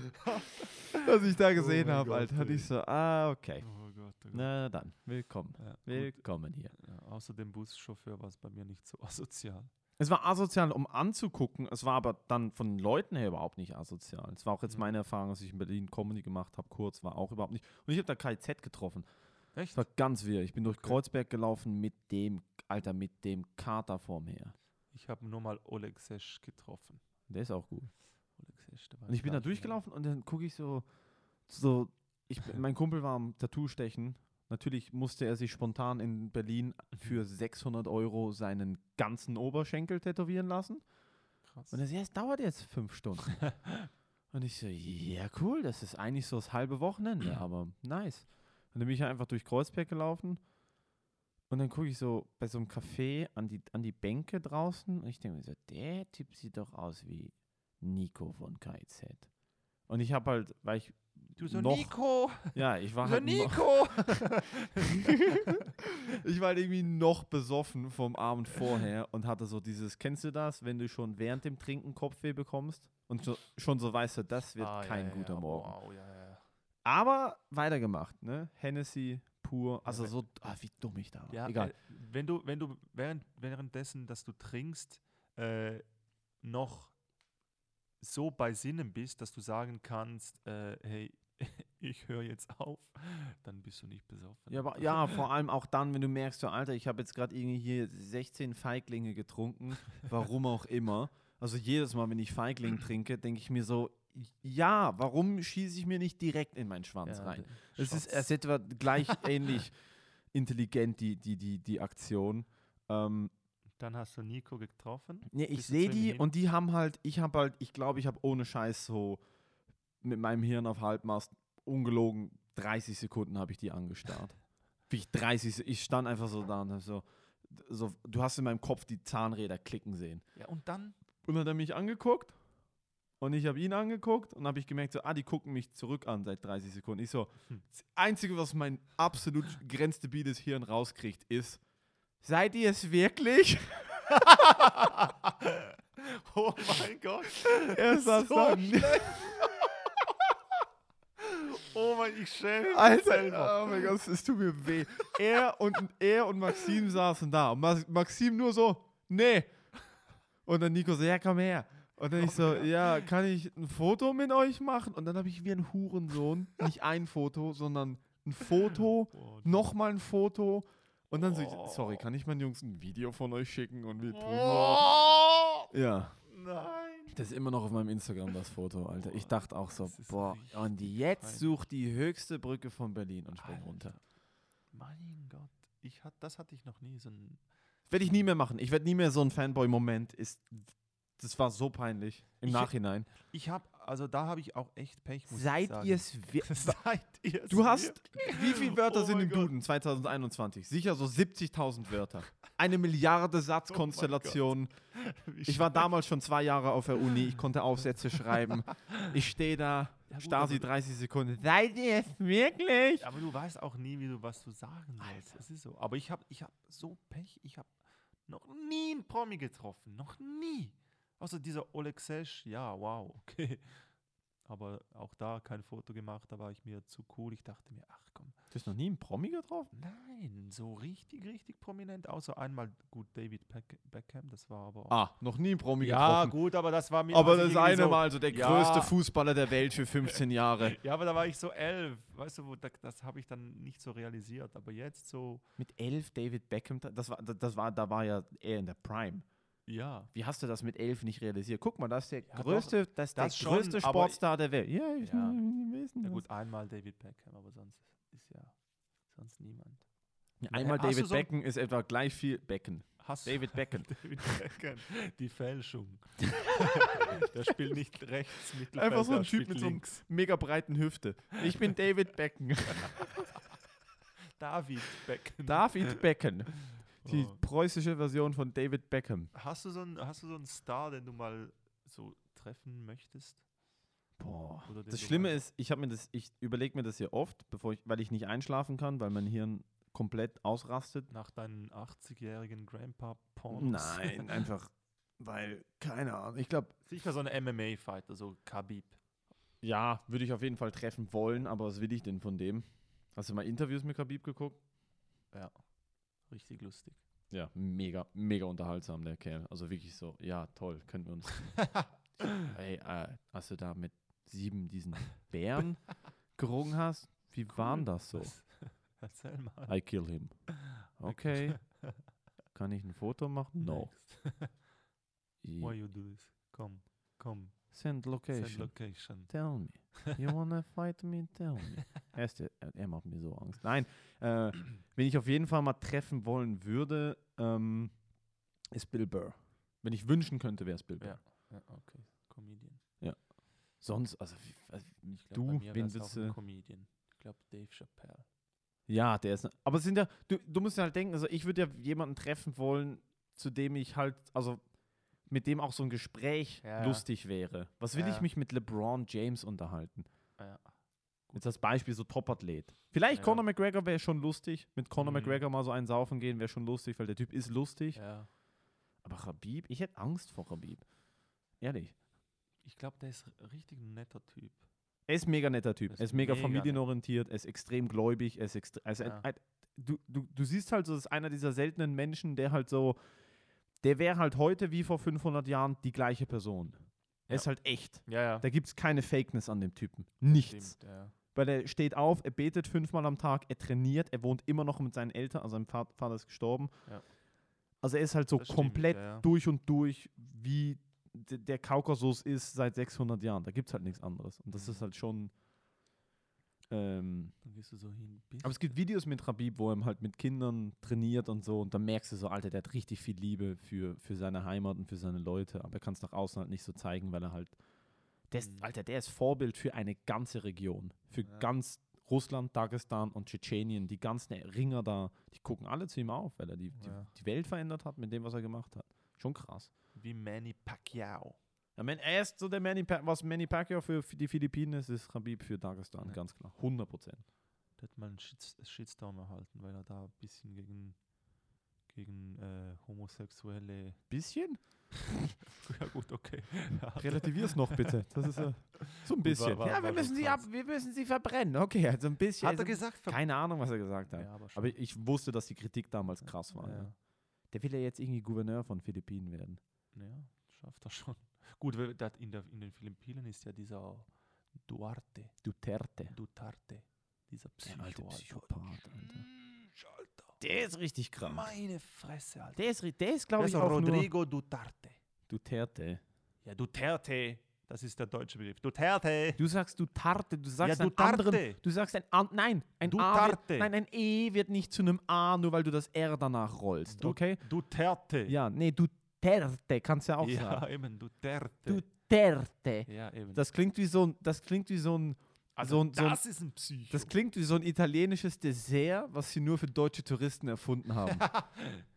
Speaker 1: was ich da gesehen
Speaker 2: Oh mein
Speaker 1: habe,
Speaker 2: Gott,
Speaker 1: Alter. Und
Speaker 2: ey.
Speaker 1: ich so, ah, okay.
Speaker 2: Oh Gott, oh Gott.
Speaker 1: Na dann, willkommen.
Speaker 2: Ja, gut.
Speaker 1: Willkommen hier.
Speaker 2: Ja, außer dem Buschauffeur war es bei mir nicht so asozial.
Speaker 1: Es war asozial, um anzugucken. Es war aber dann von den Leuten her überhaupt nicht asozial. Es war auch jetzt
Speaker 2: Mhm.
Speaker 1: meine Erfahrung, dass ich in Berlin Comedy gemacht habe. Kurz war auch überhaupt nicht. Und ich habe da KZ getroffen.
Speaker 2: Echt?
Speaker 1: Es war ganz wirr. Ich bin durch Kreuzberg gelaufen mit dem, Alter, mit dem Kater vorm her.
Speaker 2: Ich habe nur mal Oleg Sesh getroffen.
Speaker 1: Der ist auch gut.
Speaker 2: Oleg Sesh, der war
Speaker 1: Und ich bin da
Speaker 2: stark, ne?
Speaker 1: durchgelaufen und dann gucke ich so, so, ich, mein Kumpel war am Tattoo stechen. Natürlich musste er sich spontan in Berlin für 600 Euro seinen ganzen Oberschenkel tätowieren lassen.
Speaker 2: Krass.
Speaker 1: Und er so, ja, es dauert jetzt fünf Stunden. und ich so, ja cool, das ist eigentlich so das halbe Wochenende, aber nice. Und dann bin ich halt einfach durch Kreuzberg gelaufen und dann gucke ich so bei so einem Café an die, an die Bänke draußen und ich denke mir so, der Typ sieht doch aus wie Nico von KZ. Und ich habe halt, weil ich
Speaker 2: Du so
Speaker 1: noch,
Speaker 2: Nico!
Speaker 1: ja, ich war
Speaker 2: Du so
Speaker 1: halt noch,
Speaker 2: Nico!
Speaker 1: ich war halt irgendwie noch besoffen vom Abend vorher und hatte so dieses, kennst du das, wenn du schon während dem Trinken Kopfweh bekommst und so, schon so weißt du, das wird
Speaker 2: Ah, ja,
Speaker 1: kein
Speaker 2: ja,
Speaker 1: guter
Speaker 2: ja,
Speaker 1: Morgen.
Speaker 2: Wow, ja, ja. ja.
Speaker 1: Aber weitergemacht, ne? Hennessy pur, also
Speaker 2: wenn-
Speaker 1: so, ah, wie dumm ich da war.
Speaker 2: Ja,
Speaker 1: Egal.
Speaker 2: Äh, wenn du, wenn du während, währenddessen, dass du trinkst, äh, noch so bei Sinnen bist, dass du sagen kannst, äh, hey, ich höre jetzt auf, dann bist du nicht besoffen.
Speaker 1: Ja, aber, ja, vor allem auch dann, wenn du merkst, so, Alter, ich habe jetzt gerade irgendwie hier 16 Feiglinge getrunken, warum auch immer. Also jedes Mal, wenn ich Feigling trinke, denke ich mir so, ja, warum schieße ich mir nicht direkt in meinen Schwanz
Speaker 2: Ja,
Speaker 1: rein?
Speaker 2: der
Speaker 1: Es ist
Speaker 2: Schwanz.
Speaker 1: als etwa gleich ähnlich intelligent, die, die, die, die Aktion. Ähm,
Speaker 2: Dann hast du Nico getroffen.
Speaker 1: nee, ich
Speaker 2: Bist du zu
Speaker 1: sehe
Speaker 2: ihm
Speaker 1: die
Speaker 2: hin?
Speaker 1: und die haben halt, ich habe halt, ich glaube, ich habe ohne Scheiß so mit meinem Hirn auf Halbmast ungelogen 30 Sekunden habe ich die angestarrt. Wie ich 30, Se- ich stand einfach so da und hab so, so, du hast in meinem Kopf die Zahnräder klicken sehen.
Speaker 2: Ja, und dann
Speaker 1: Und dann hat er mich angeguckt und ich habe ihn angeguckt und habe ich gemerkt, so, ah, die gucken mich zurück an seit 30 Sekunden. Ich so, das Einzige, was mein absolut grenzdebiles Hirn rauskriegt, ist, seid ihr es wirklich?
Speaker 2: Oh mein Gott.
Speaker 1: Er saß
Speaker 2: So
Speaker 1: da nicht.
Speaker 2: Oh mein, ich schäme mich selber.
Speaker 1: Alter, oh mein Gott, es tut mir weh. Er und, er und Maxim saßen da. Und Mas- Maxim nur so, nee. Und dann Nico so, ja, komm her. Und dann ich so, ja, kann ich ein Foto mit euch machen? Und dann habe ich wie ein Hurensohn, nicht ein Foto, sondern ein Foto,
Speaker 2: Boah, du-
Speaker 1: nochmal ein Foto. Und dann so, ich,
Speaker 2: Oh.
Speaker 1: sorry, kann ich meinen Jungs ein Video von euch schicken? Und wir tun so.
Speaker 2: Oh,
Speaker 1: Ja.
Speaker 2: nein.
Speaker 1: Das ist immer noch auf meinem Instagram, das Foto, Alter. Ich dachte auch so,
Speaker 2: das ist
Speaker 1: boah,
Speaker 2: richtig
Speaker 1: und jetzt
Speaker 2: peinlich.
Speaker 1: sucht die höchste Brücke von Berlin und spring
Speaker 2: Alter.
Speaker 1: runter.
Speaker 2: Mein Gott. Ich hat, das hatte ich noch nie. So ein,
Speaker 1: Werde ich nie mehr machen. Ich werde nie mehr so ein Fanboy-Moment. Ist, das war so peinlich. Im
Speaker 2: Ich-
Speaker 1: Nachhinein.
Speaker 2: ich habe, also da habe ich auch echt Pech. Muss ich
Speaker 1: Seid
Speaker 2: sagen.
Speaker 1: ihr es wirklich?
Speaker 2: Seid ihr es
Speaker 1: Du hast,
Speaker 2: wirklich?
Speaker 1: wie viele Wörter
Speaker 2: Oh
Speaker 1: sind
Speaker 2: mein
Speaker 1: im
Speaker 2: Gott.
Speaker 1: Duden 2021? Sicher so 70.000 Wörter. Eine Milliarde Satzkonstellationen.
Speaker 2: Oh Wie
Speaker 1: Ich war damals schon zwei Jahre auf der Uni, ich konnte Aufsätze schreiben. Ich stehe da,
Speaker 2: Ja, gut, also
Speaker 1: Stasi
Speaker 2: aber-
Speaker 1: 30 Sekunden. Seid ihr es wirklich?
Speaker 2: Aber du weißt auch nie, wie du was du sagen sollst.
Speaker 1: Alter.
Speaker 2: Es ist so. Aber ich habe ich hab so Pech. Ich habe noch nie einen Promi getroffen. Noch nie. Außer dieser Oleg Sesh. Ja, wow. Okay. aber auch da kein Foto gemacht, da war ich mir zu cool. Ich dachte mir, ach komm,
Speaker 1: Du hast noch nie einen Promi getroffen?
Speaker 2: nein, so richtig, richtig prominent, außer einmal gut David Beck Beckham, das war aber auch.
Speaker 1: Ah, noch nie einen Promi
Speaker 2: ja,
Speaker 1: getroffen.
Speaker 2: gut, aber das war mir.
Speaker 1: Aber
Speaker 2: also
Speaker 1: das
Speaker 2: irgendwie
Speaker 1: eine
Speaker 2: so,
Speaker 1: Mal, also der
Speaker 2: Ja.
Speaker 1: größte Fußballer der Welt für 15 Jahre.
Speaker 2: Ja, aber da war ich so elf, weißt du, wo, da, das habe ich dann nicht so realisiert. Aber jetzt so,
Speaker 1: Mit elf David Beckham, da- das war, da- das war, da war ja er in der Prime.
Speaker 2: ja.
Speaker 1: Wie hast du das mit elf nicht realisiert? Guck mal, das ist der
Speaker 2: doch,
Speaker 1: größte, das ist der
Speaker 2: das schon,
Speaker 1: größte
Speaker 2: aber-
Speaker 1: Sportstar der Welt. Ja, ich
Speaker 2: Ja.
Speaker 1: wissen
Speaker 2: Ja
Speaker 1: das.
Speaker 2: gut, einmal David Beckham, aber sonst ist ja sonst niemand.
Speaker 1: Einmal
Speaker 2: Hast du
Speaker 1: David
Speaker 2: so-
Speaker 1: Becken ist etwa gleich viel Becken.
Speaker 2: Hast
Speaker 1: David Beckham.
Speaker 2: David Beckham, die Fälschung. der spielt nicht rechts, Mittelfeld,
Speaker 1: Einfach so
Speaker 2: der
Speaker 1: ein Typ
Speaker 2: spielt
Speaker 1: mit so einem
Speaker 2: links.
Speaker 1: mega breiten Hüfte. Ich bin David Becken.
Speaker 2: David Beckham.
Speaker 1: David Becken. Die
Speaker 2: Oh.
Speaker 1: preußische Version von David Beckham.
Speaker 2: Hast du so einen, hast du so einen Star, den du mal so treffen möchtest?
Speaker 1: Boah.
Speaker 2: Oder den
Speaker 1: Das
Speaker 2: du
Speaker 1: Schlimme
Speaker 2: mal-
Speaker 1: ist, ich habe mir das, ich überlege mir das hier oft, bevor ich, weil ich nicht einschlafen kann, weil mein Hirn komplett ausrastet.
Speaker 2: nach deinen 80-jährigen Grandpa Pornos.
Speaker 1: Nein, einfach, weil, keine Ahnung. Ich glaube,
Speaker 2: Sicher so ein MMA-Fighter, so also Khabib.
Speaker 1: ja, würde ich auf jeden Fall treffen wollen, aber was will ich denn von dem? Hast du mal Interviews mit Khabib geguckt?
Speaker 2: Richtig lustig.
Speaker 1: Ja, mega, mega unterhaltsam, der Kerl. Also wirklich so, ja, toll, können wir uns. Ey, äh, als du da mit sieben diesen Bären gerungen hast, wie waren das so?
Speaker 2: Was? Erzähl mal.
Speaker 1: I kill him. Okay. Kann ich ein Foto machen? No.
Speaker 2: Next.
Speaker 1: I-
Speaker 2: Why you do this? Komm, komm.
Speaker 1: Send
Speaker 2: Send
Speaker 1: location.
Speaker 2: location.
Speaker 1: Tell me. You wanna fight me? Tell me. Er, ist der, er- er macht mir so Angst. Nein, äh, wenn ich auf jeden Fall mal treffen wollen würde, ähm, ist Bill Burr. Wenn ich wünschen könnte, wäre es Bill Burr.
Speaker 2: Ja, okay. Comedian.
Speaker 1: Sonst, also, wie- also
Speaker 2: Ich glaub, bei
Speaker 1: du, äh,
Speaker 2: mir
Speaker 1: wen
Speaker 2: wär's auch
Speaker 1: willst
Speaker 2: ein
Speaker 1: du?
Speaker 2: Comedian. Ich glaube, Dave Chappelle.
Speaker 1: Ja, der ist. Aber es sind ja, du, du musst ja halt denken, also ich würde ja jemanden treffen wollen, zu dem ich halt, also mit dem auch so ein Gespräch
Speaker 2: Ja, ja.
Speaker 1: lustig wäre. Was will
Speaker 2: Ja,
Speaker 1: ich
Speaker 2: ja.
Speaker 1: mich mit LeBron James unterhalten?
Speaker 2: Ja.
Speaker 1: Jetzt als Beispiel so Topathlet. Vielleicht
Speaker 2: Ja.
Speaker 1: Conor McGregor wäre schon lustig. Mit Conor
Speaker 2: Mhm.
Speaker 1: McGregor mal so einen saufen gehen wäre schon lustig, weil der Typ ist lustig.
Speaker 2: ja.
Speaker 1: Aber Khabib, ich hätte Angst vor Khabib. Ehrlich.
Speaker 2: Ich glaube, der ist r- richtig ein netter Typ.
Speaker 1: Er ist ein mega netter Typ.
Speaker 2: Ist
Speaker 1: Er ist mega,
Speaker 2: mega nett.
Speaker 1: familienorientiert. Er ist extrem gläubig. Er ist extre also ein-
Speaker 2: Ja.
Speaker 1: ein, du, du, du siehst halt, so, das ist einer dieser seltenen Menschen, der halt so, der wäre halt heute wie vor 500 Jahren die gleiche Person. Er
Speaker 2: Ja.
Speaker 1: ist halt echt.
Speaker 2: Ja, ja.
Speaker 1: Da gibt es keine Fakeness an dem Typen. Nichts.
Speaker 2: Stimmt, ja.
Speaker 1: Weil er steht auf, er betet fünfmal am Tag, er trainiert, er wohnt immer noch mit seinen Eltern, also sein Vater, Vater ist gestorben.
Speaker 2: Ja.
Speaker 1: Also er ist halt so
Speaker 2: Das stimmt,
Speaker 1: komplett
Speaker 2: ja, ja.
Speaker 1: durch und durch, wie d- der Kaukasus ist seit 600 Jahren. Da gibt es halt nichts anderes. Und das
Speaker 2: Mhm.
Speaker 1: ist halt schon. Ähm,
Speaker 2: Dann gehst du so hin. Bist
Speaker 1: aber es gibt Videos mit Rabib, wo er halt mit Kindern trainiert und so. Und da merkst du so, Alter, der hat richtig viel Liebe für, für seine Heimat und für seine Leute. Aber er kann es nach außen halt nicht so zeigen, weil er halt. Der ist,
Speaker 2: Mhm.
Speaker 1: Alter, der ist Vorbild für eine ganze Region. Für
Speaker 2: Ja.
Speaker 1: ganz Russland, Dagestan und Tschetschenien. Die ganzen Ringer da, die gucken alle zu ihm auf, weil er die, die,
Speaker 2: Ja.
Speaker 1: die Welt verändert hat mit dem, was er gemacht hat. Schon krass.
Speaker 2: wie Manny Pacquiao.
Speaker 1: Ja, man, er ist so der Manny pa was Manny Pacquiao für F- die Philippinen ist, ist Khabib für Dagestan,
Speaker 2: Ja.
Speaker 1: ganz klar. 100 Prozent.
Speaker 2: Der hat mal einen Shits Shitstorm erhalten, weil er da ein bisschen gegen, gegen äh, homosexuelle.
Speaker 1: Bisschen?
Speaker 2: ja, gut, okay.
Speaker 1: Relativier's noch bitte. Das ist äh, so ein bisschen.
Speaker 2: war-
Speaker 1: ja, wir
Speaker 2: war
Speaker 1: müssen,
Speaker 2: schon
Speaker 1: sie ab,
Speaker 2: krass.
Speaker 1: wir müssen sie verbrennen. Okay, also ein bisschen.
Speaker 2: Hat er
Speaker 1: also,
Speaker 2: gesagt, ver-
Speaker 1: keine Ahnung, was er gesagt hat.
Speaker 2: ja, aber, schon.
Speaker 1: Aber ich wusste, dass die Kritik damals krass war. Ja.
Speaker 2: ja.
Speaker 1: Der will ja jetzt irgendwie Gouverneur von Philippinen werden.
Speaker 2: ja, schafft er schon. Gut, weil dat in, der, in den Philippinen ist ja dieser Duarte,
Speaker 1: Duterte.
Speaker 2: Dutarte, dieser
Speaker 1: Der
Speaker 2: Psycho.
Speaker 1: alte
Speaker 2: Alter.
Speaker 1: Psychopath, Alter.
Speaker 2: Mm, Schalter.
Speaker 1: Der ist richtig krank.
Speaker 2: Meine Fresse, Alter.
Speaker 1: Der ist, ri- der ist
Speaker 2: Der
Speaker 1: glaube
Speaker 2: ist
Speaker 1: ich, auch nur...
Speaker 2: Rodrigo Duterte.
Speaker 1: Duterte.
Speaker 2: Ja, Duterte. Das ist der deutsche Begriff. Duterte.
Speaker 1: Du sagst Dutarte, du sagst
Speaker 2: Ja,
Speaker 1: einen anderen...
Speaker 2: Duterte.
Speaker 1: Du sagst ein... An, nein, ein A wird,
Speaker 2: Dutarte.
Speaker 1: Nein, ein E wird nicht zu einem A, nur weil du das R danach rollst,
Speaker 2: Du-
Speaker 1: okay?
Speaker 2: Duterte.
Speaker 1: Ja, nee, Duterte kannst du ja auch sagen.
Speaker 2: ja eben, Duterte.
Speaker 1: Duterte.
Speaker 2: ja, eben. Also,
Speaker 1: Das klingt wie so ein, das klingt wie so ein, so ein, so ein
Speaker 2: das ist ein Psycho.
Speaker 1: das klingt wie so ein italienisches Dessert, was sie nur für deutsche Touristen erfunden haben.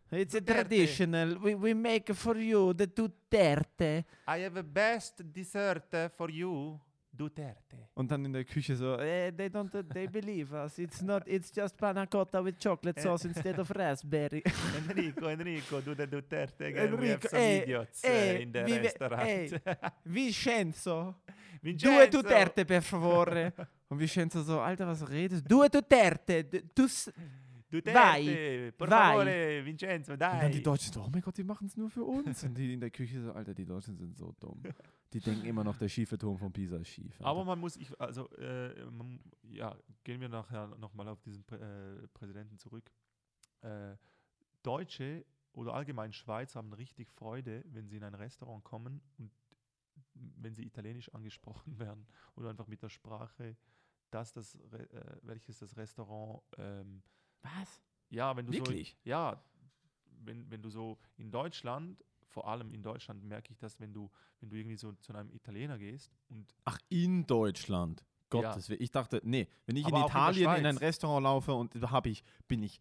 Speaker 1: It's a
Speaker 2: Duterte.
Speaker 1: traditional. We, we make for you the Duterte.
Speaker 2: I have a best dessert for you, Duterte.
Speaker 1: Und dann in der Küche so, eh, they don't, uh, they believe us. It's not, it's just panna cotta with chocolate sauce instead of raspberry.
Speaker 2: Enrico, Enrico, do the Duterte again. we have
Speaker 1: Enrico,
Speaker 2: some
Speaker 1: eh,
Speaker 2: idiots uh,
Speaker 1: eh,
Speaker 2: in the
Speaker 1: vive-
Speaker 2: restaurant.
Speaker 1: eh. Vincenzo. Due tuterte, per favore. Und Vincenzo so, Alter, was redest du? Due tuterte, d- tu... s-
Speaker 2: Duterte,
Speaker 1: Vai,
Speaker 2: por
Speaker 1: vai.
Speaker 2: favore, Vincenzo, dai.
Speaker 1: Und dann die Deutschen so, oh mein Gott, die machen es nur für uns. Und die in der Küche so, Alter, die Deutschen sind so dumm. Die denken immer noch, der schiefe Turm von Pisa ist schief. Alter.
Speaker 2: Aber man muss, ich, also, äh, man, ja, gehen wir nachher nochmal auf diesen Prä äh, Präsidenten zurück. Äh, Deutsche oder allgemein Schweiz haben richtig Freude, wenn sie in ein Restaurant kommen und wenn sie italienisch angesprochen werden oder einfach mit der Sprache, dass das, Re äh, welches das Restaurant, ähm,
Speaker 1: was?
Speaker 2: ja, wenn du so
Speaker 1: Wirklich?
Speaker 2: ja, wenn, wenn du so in Deutschland, vor allem in Deutschland merke ich das, wenn du, wenn du irgendwie so zu einem Italiener gehst und
Speaker 1: Ach, in Deutschland.
Speaker 2: Ja.
Speaker 1: Gottes Willen. Ich dachte, nee, wenn ich
Speaker 2: Aber
Speaker 1: in
Speaker 2: auch in der
Speaker 1: Italien in, ein
Speaker 2: Schweiz.
Speaker 1: Restaurant laufe und da hab ich, bin ich,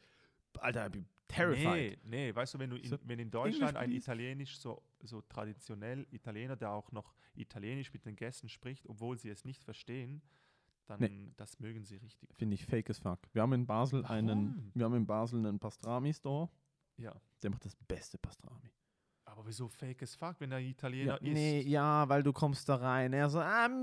Speaker 1: Alter, bin terrified.
Speaker 2: Nee, nee, weißt du, wenn du in,
Speaker 1: So,
Speaker 2: wenn in Deutschland ein
Speaker 1: please.
Speaker 2: Italienisch so, so traditionell Italiener, der auch noch Italienisch mit den Gästen spricht, obwohl sie es nicht verstehen, dann das mögen sie richtig.
Speaker 1: Finde ich fake as fuck. Wir haben in Basel einen,
Speaker 2: Warum?
Speaker 1: wir haben in Basel einen Pastrami-Store,
Speaker 2: Ja.
Speaker 1: der macht das beste Pastrami.
Speaker 2: Aber wieso fake as fuck, wenn ein
Speaker 1: Ja,
Speaker 2: Italiener isst?
Speaker 1: nee, ja, weil du kommst da rein. Er so,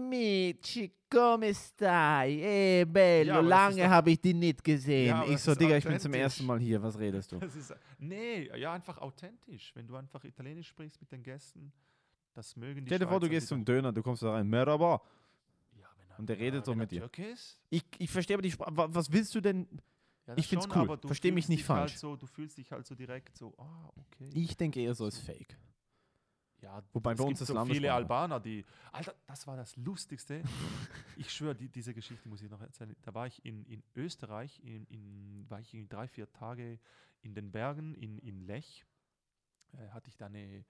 Speaker 1: amici, come stai? Eh, bello,
Speaker 2: Ja, aber das ist
Speaker 1: lange
Speaker 2: doch-
Speaker 1: habe ich die nicht gesehen.
Speaker 2: aber
Speaker 1: ich
Speaker 2: das
Speaker 1: so,
Speaker 2: ist
Speaker 1: Digga, ich bin zum
Speaker 2: authentisch.
Speaker 1: ersten Mal hier, was redest du?
Speaker 2: Das ist, nee, ja, einfach authentisch. Wenn du einfach Italienisch sprichst mit den Gästen, das mögen die
Speaker 1: Stell dir vor, du
Speaker 2: Schweizer
Speaker 1: gehst zum
Speaker 2: wieder.
Speaker 1: Döner, du kommst da rein, merhaba.
Speaker 2: Ja, wenn er-
Speaker 1: und der redet
Speaker 2: ja,
Speaker 1: so
Speaker 2: wenn er
Speaker 1: mit dir.
Speaker 2: Türke ist,
Speaker 1: Ich, ich verstehe aber die Sprache. Wa- Was willst du denn?
Speaker 2: ja,
Speaker 1: Ich
Speaker 2: das
Speaker 1: find's
Speaker 2: schon,
Speaker 1: cool.
Speaker 2: aber du
Speaker 1: Versteh mich
Speaker 2: fühlst
Speaker 1: nicht
Speaker 2: dich halt
Speaker 1: falsch.
Speaker 2: So, du fühlst dich halt so direkt so, ah, okay.
Speaker 1: Ich denke eher so als Fake.
Speaker 2: Ja,
Speaker 1: Wobei
Speaker 2: es
Speaker 1: bei uns
Speaker 2: gibt
Speaker 1: ist
Speaker 2: so
Speaker 1: Landessprache.
Speaker 2: viele Albaner, die. Alter, das war das Lustigste. ich schwöre, die, diese Geschichte muss ich noch erzählen. Da war ich in, in Österreich, in, in, war ich irgendwie drei, vier Tage in den Bergen, in, in Lech. Äh, hatte ich da eine.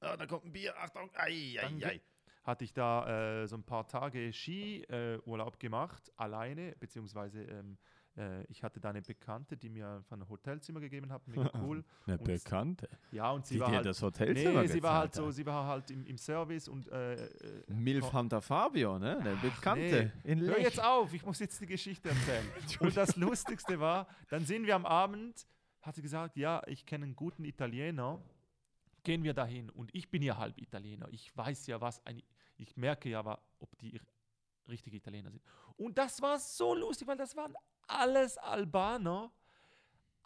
Speaker 1: Ah, da kommt ein Bier, Achtung. Ei,
Speaker 2: Danke. Hatte ich da äh, so ein paar Tage Skiurlaub äh, Urlaub gemacht, alleine, beziehungsweise ähm, äh, ich hatte da eine Bekannte, die mir einfach ein Hotelzimmer gegeben hat, mega cool.
Speaker 1: Eine
Speaker 2: Und-
Speaker 1: Bekannte.
Speaker 2: Ja, und sie
Speaker 1: Die
Speaker 2: war
Speaker 1: dir
Speaker 2: halt,
Speaker 1: das Hotelzimmer
Speaker 2: nee, sie war halt
Speaker 1: gezahlt
Speaker 2: so,
Speaker 1: hat.
Speaker 2: sie war halt im, im Service und äh, äh,
Speaker 1: Milf Hunter Fabio, ne? Eine Bekannte. In
Speaker 2: Hör
Speaker 1: Lech.
Speaker 2: jetzt auf, ich muss jetzt die Geschichte erzählen. Und das Lustigste war, dann sind wir am Abend, hat sie gesagt, ja, ich kenne einen guten Italiener, gehen wir dahin. Und ich bin ja halb Italiener. Ich weiß ja, was ein, ich merke ja, wa- ob die ir- richtige Italiener sind. Und das war so lustig, weil das waren alles Albaner.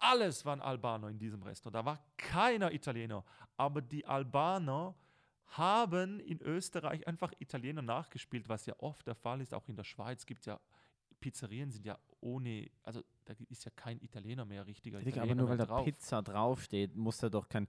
Speaker 2: Alles waren Albaner in diesem Restaurant. Da war keiner Italiener. Aber die Albaner haben in Österreich einfach Italiener nachgespielt, was ja oft der Fall ist. Auch in der Schweiz gibt es ja Pizzerien sind ja ohne, also da ist ja kein Italiener mehr richtiger.
Speaker 1: Digga,
Speaker 2: Italiener
Speaker 1: aber nur weil
Speaker 2: mehr
Speaker 1: da
Speaker 2: drauf.
Speaker 1: Pizza draufsteht, muss da doch kein.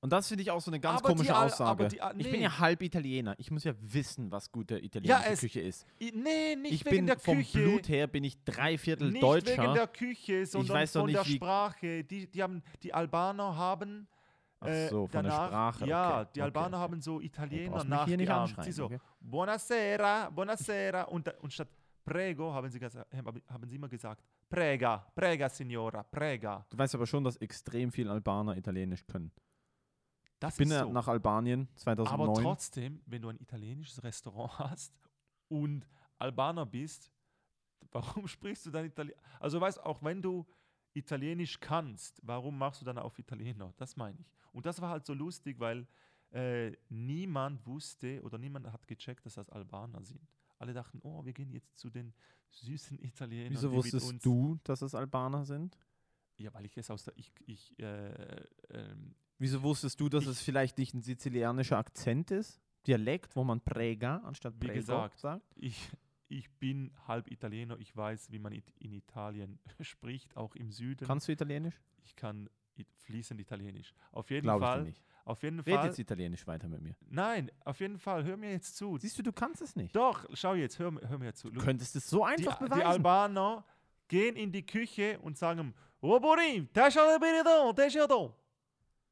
Speaker 1: Und das finde ich auch so eine ganz
Speaker 2: Aber die
Speaker 1: komische
Speaker 2: Al-
Speaker 1: Aussage.
Speaker 2: aber die Al-
Speaker 1: Ich bin
Speaker 2: nee.
Speaker 1: ja halb Italiener. Ich muss ja wissen, was gute italienische
Speaker 2: es-
Speaker 1: Küche ist.
Speaker 2: I- Nee, nicht
Speaker 1: Ich
Speaker 2: wegen
Speaker 1: bin
Speaker 2: der
Speaker 1: vom
Speaker 2: Küche.
Speaker 1: Blut her bin ich drei Viertel
Speaker 2: nicht wegen
Speaker 1: Deutscher.
Speaker 2: der Küche, sondern
Speaker 1: weiß doch
Speaker 2: von
Speaker 1: nicht,
Speaker 2: der
Speaker 1: wie-
Speaker 2: Sprache. Die, die, haben, die Albaner haben.
Speaker 1: Ach so, von der
Speaker 2: Äh, danach-
Speaker 1: Sprache.
Speaker 2: Ja,
Speaker 1: okay.
Speaker 2: die
Speaker 1: okay, okay.
Speaker 2: Albaner haben so
Speaker 1: Du
Speaker 2: Italiener
Speaker 1: brauchst mich hier nicht
Speaker 2: nachgeahmt. Sie
Speaker 1: anschreien,
Speaker 2: so,
Speaker 1: okay?
Speaker 2: Buonasera, Buonasera. Und, da- und statt Prego haben sie, gesagt, haben haben sie immer gesagt, Prega, Prega, Signora, Prega.
Speaker 1: Du weißt aber schon, dass extrem viele Albaner Italienisch können.
Speaker 2: Das
Speaker 1: Ich bin
Speaker 2: ist
Speaker 1: ja
Speaker 2: so.
Speaker 1: nach Albanien
Speaker 2: Aber
Speaker 1: 2009.
Speaker 2: trotzdem, wenn du ein italienisches Restaurant hast und Albaner bist, warum sprichst du dann Italienisch? Also weißt auch wenn du Italienisch kannst, warum machst du dann auf Italiener? Das meine ich. Und das war halt so lustig, weil äh, niemand wusste oder niemand hat gecheckt, dass das Albaner sind. Alle dachten, oh, wir gehen jetzt zu den süßen Italienern.
Speaker 1: Wieso
Speaker 2: die mit
Speaker 1: wusstest
Speaker 2: uns-
Speaker 1: du, dass es Albaner sind?
Speaker 2: Ja, weil ich es aus der. Ich, ich, äh, ähm,
Speaker 1: Wieso wusstest du, dass
Speaker 2: Ich-
Speaker 1: es vielleicht nicht ein sizilianischer Akzent ist? Dialekt, wo man Prega anstatt
Speaker 2: Wie
Speaker 1: Prego
Speaker 2: gesagt,
Speaker 1: sagt?
Speaker 2: ich, ich bin halb Italiener, ich weiß, wie man it in Italien spricht, auch im Süden.
Speaker 1: Kannst du Italienisch?
Speaker 2: ich kann i- fließend Italienisch. Auf jeden
Speaker 1: Glaube ich dir
Speaker 2: Fall.
Speaker 1: nicht.
Speaker 2: Auf jeden
Speaker 1: Red
Speaker 2: Fall.
Speaker 1: jetzt Italienisch weiter mit mir.
Speaker 2: Nein, auf jeden Fall. Hör mir jetzt zu.
Speaker 1: Siehst du, du kannst es nicht.
Speaker 2: Doch, schau jetzt, hör, mir- hör mir zu.
Speaker 1: Du
Speaker 2: Lu-
Speaker 1: könntest es so
Speaker 2: Die,
Speaker 1: einfach
Speaker 2: die
Speaker 1: beweisen.
Speaker 2: Albaner gehen in die Küche und sagen, "Oh, Oborim, Tascha Beredon, Tascha Don.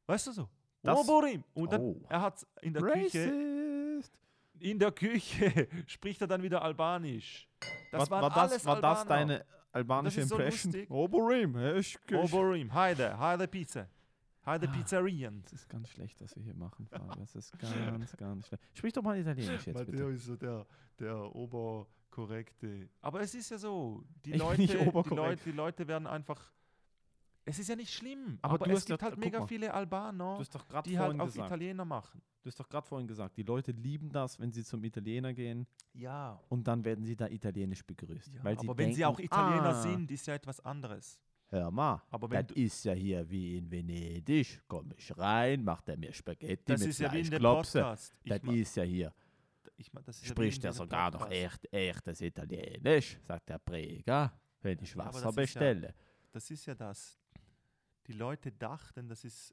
Speaker 2: Weißt du so?
Speaker 1: Das-
Speaker 2: Oborim. Und dann,
Speaker 1: Oh.
Speaker 2: er hat in der Küche
Speaker 1: Racist.
Speaker 2: in der Küche spricht er dann wieder Albanisch. Das
Speaker 1: Was,
Speaker 2: waren
Speaker 1: war das,
Speaker 2: alles
Speaker 1: war das
Speaker 2: Albaner.
Speaker 1: deine albanische
Speaker 2: Das ist so
Speaker 1: Impression?
Speaker 2: lustig.
Speaker 1: Oberim. äh, Ich, ich,
Speaker 2: Oberim, hi there, hi the pizza. Hi the
Speaker 1: Ah.
Speaker 2: Pizzerien.
Speaker 1: das ist ganz schlecht, was wir hier machen. Fabio. Das ist ganz, ganz schlecht. Sprich doch mal Italienisch jetzt bitte.
Speaker 2: ist so der, der oberkorrekte. Aber es ist ja so, die
Speaker 1: Ich bin
Speaker 2: Leute,
Speaker 1: nicht
Speaker 2: die
Speaker 1: oberkorrekt.
Speaker 2: Leute, die Leute werden einfach Es ist ja nicht schlimm,
Speaker 1: Aber
Speaker 2: aber,
Speaker 1: du
Speaker 2: es
Speaker 1: hast
Speaker 2: gibt
Speaker 1: doch-
Speaker 2: halt
Speaker 1: guck
Speaker 2: mega
Speaker 1: mal.
Speaker 2: viele
Speaker 1: Du
Speaker 2: Albaner,
Speaker 1: hast doch gerade
Speaker 2: die halt
Speaker 1: vorhin
Speaker 2: auf
Speaker 1: gesagt.
Speaker 2: Italiener machen.
Speaker 1: Du hast doch gerade vorhin gesagt, die Leute lieben das, wenn sie zum Italiener gehen
Speaker 2: Ja.
Speaker 1: und dann werden sie da italienisch begrüßt.
Speaker 2: ja
Speaker 1: weil
Speaker 2: aber
Speaker 1: sie
Speaker 2: wenn
Speaker 1: denken,
Speaker 2: sie auch Italiener
Speaker 1: ah,
Speaker 2: sind, ist ja etwas anderes.
Speaker 1: Hör mal,
Speaker 2: Aber wenn
Speaker 1: das
Speaker 2: du-
Speaker 1: ist ja hier wie in Venedig. Komm ich rein, macht er mir Spaghetti
Speaker 2: Das
Speaker 1: mit
Speaker 2: ist ja wie in dem
Speaker 1: Fleischklopse.
Speaker 2: Podcast. Ich
Speaker 1: Das
Speaker 2: ma-
Speaker 1: ist ja hier.
Speaker 2: ich ma- das ist ja wie in
Speaker 1: Spricht er
Speaker 2: diesem
Speaker 1: sogar noch
Speaker 2: Podcast.
Speaker 1: echt, echtes Italienisch, sagt der Präger, wenn ich
Speaker 2: Ja, aber
Speaker 1: Wasser
Speaker 2: das ist ja-
Speaker 1: bestelle.
Speaker 2: Das ist ja das. Die Leute dachten, das ist.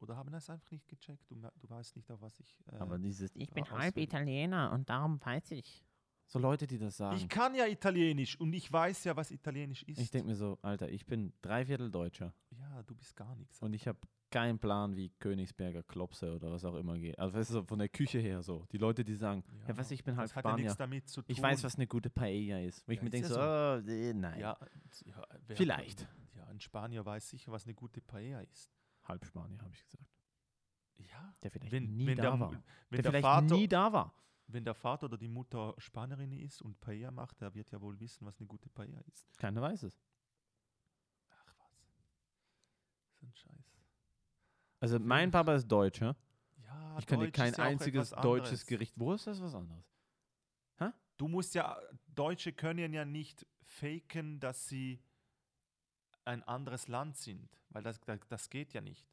Speaker 2: Oder haben das einfach nicht gecheckt. Du, me- du weißt nicht, auf was ich. Äh,
Speaker 1: aber dieses, ich
Speaker 2: bin halb
Speaker 1: Italiener und darum weiß ich. So Leute, die das sagen.
Speaker 2: ich kann ja Italienisch und ich weiß ja, was Italienisch ist.
Speaker 1: Ich denke mir so, Alter, ich bin dreiviertel Deutscher
Speaker 2: ja, du bist gar nichts.
Speaker 1: und ich habe keinen Plan, wie Königsberger Klopse oder was auch immer geht. Also weißt du, so von der Küche her so. Die Leute, die sagen, ja, was, ich bin halb
Speaker 2: das hat ja
Speaker 1: Spanier.
Speaker 2: nichts damit zu tun.
Speaker 1: ich weiß, was eine gute Paella ist. Wo ich
Speaker 2: Ja,
Speaker 1: mir
Speaker 2: ist
Speaker 1: denke,
Speaker 2: ja
Speaker 1: so, oh, nee, nein,
Speaker 2: Ja, äh, ja, wer-
Speaker 1: Vielleicht.
Speaker 2: Ja, ein Spanier weiß sicher, was eine gute Paella ist.
Speaker 1: halb Spanier, habe ich gesagt.
Speaker 2: Ja.
Speaker 1: Der vielleicht
Speaker 2: Wenn,
Speaker 1: nie
Speaker 2: wenn,
Speaker 1: da
Speaker 2: der, Mu-
Speaker 1: war.
Speaker 2: wenn,
Speaker 1: der
Speaker 2: der
Speaker 1: vielleicht
Speaker 2: Vater,
Speaker 1: nie da war.
Speaker 2: wenn der Vater oder die Mutter Spanierin ist und Paella macht, der wird ja wohl wissen, was eine gute Paella ist.
Speaker 1: Keiner weiß es.
Speaker 2: Ach was. So ein Scheiß.
Speaker 1: Also mein Papa ist Deutscher.
Speaker 2: Ja,
Speaker 1: Ich kann dir
Speaker 2: Deutsch
Speaker 1: kein
Speaker 2: ist ja auch
Speaker 1: einziges
Speaker 2: etwas
Speaker 1: deutsches
Speaker 2: anderes.
Speaker 1: Gericht. Wo ist das was anderes?
Speaker 2: Du musst ja, Deutsche können ja nicht faken, dass sie ein anderes Land sind, weil das, das, das geht ja nicht.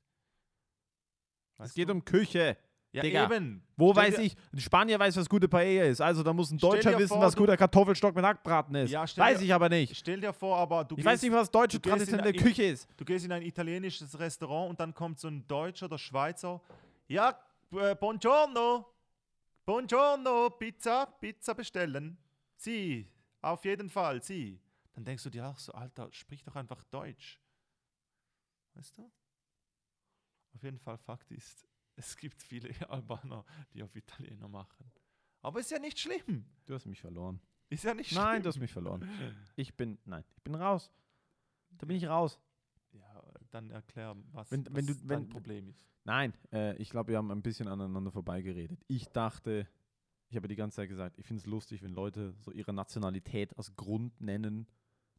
Speaker 1: Es
Speaker 2: Weißt
Speaker 1: geht
Speaker 2: du?
Speaker 1: um Küche.
Speaker 2: ja,
Speaker 1: Digga,
Speaker 2: eben.
Speaker 1: Wo
Speaker 2: Stell
Speaker 1: weiß
Speaker 2: dir-
Speaker 1: ich? Ein Spanier weiß, was gute Paella ist. Also da muss ein
Speaker 2: Stell
Speaker 1: Deutscher
Speaker 2: dir
Speaker 1: wissen,
Speaker 2: vor,
Speaker 1: was
Speaker 2: du-
Speaker 1: guter Kartoffelstock mit Hackbraten ist.
Speaker 2: Ja, stell
Speaker 1: weiß
Speaker 2: dir-
Speaker 1: ich aber nicht.
Speaker 2: Stell dir vor, aber du
Speaker 1: Ich
Speaker 2: gehst,
Speaker 1: weiß nicht, was deutsche
Speaker 2: du gehst in
Speaker 1: traditionelle
Speaker 2: der-
Speaker 1: Küche ist.
Speaker 2: du gehst in ein italienisches Restaurant und dann kommt so ein Deutscher oder Schweizer. Ja, äh, buongiorno. Buongiorno, Pizza, Pizza bestellen. Sie, auf jeden Fall, sie. Dann denkst du dir auch so, Alter, sprich doch einfach Deutsch. Weißt du? Auf jeden Fall, Fakt ist, es gibt viele Albaner, die auf Italiener machen. Aber ist ja nicht schlimm.
Speaker 1: Du hast mich verloren.
Speaker 2: Ist ja nicht schlimm.
Speaker 1: Nein, du hast mich verloren. Ich bin, nein, ich bin raus. Da bin ich raus.
Speaker 2: Ja, dann erklär, was,
Speaker 1: Wenn-
Speaker 2: was
Speaker 1: wenn du-
Speaker 2: dein
Speaker 1: wenn-
Speaker 2: Problem ist.
Speaker 1: Nein, äh, ich glaube, wir haben ein bisschen aneinander vorbeigeredet. Ich dachte, ich habe die ganze Zeit gesagt, ich finde es lustig, wenn Leute so ihre Nationalität als Grund nennen,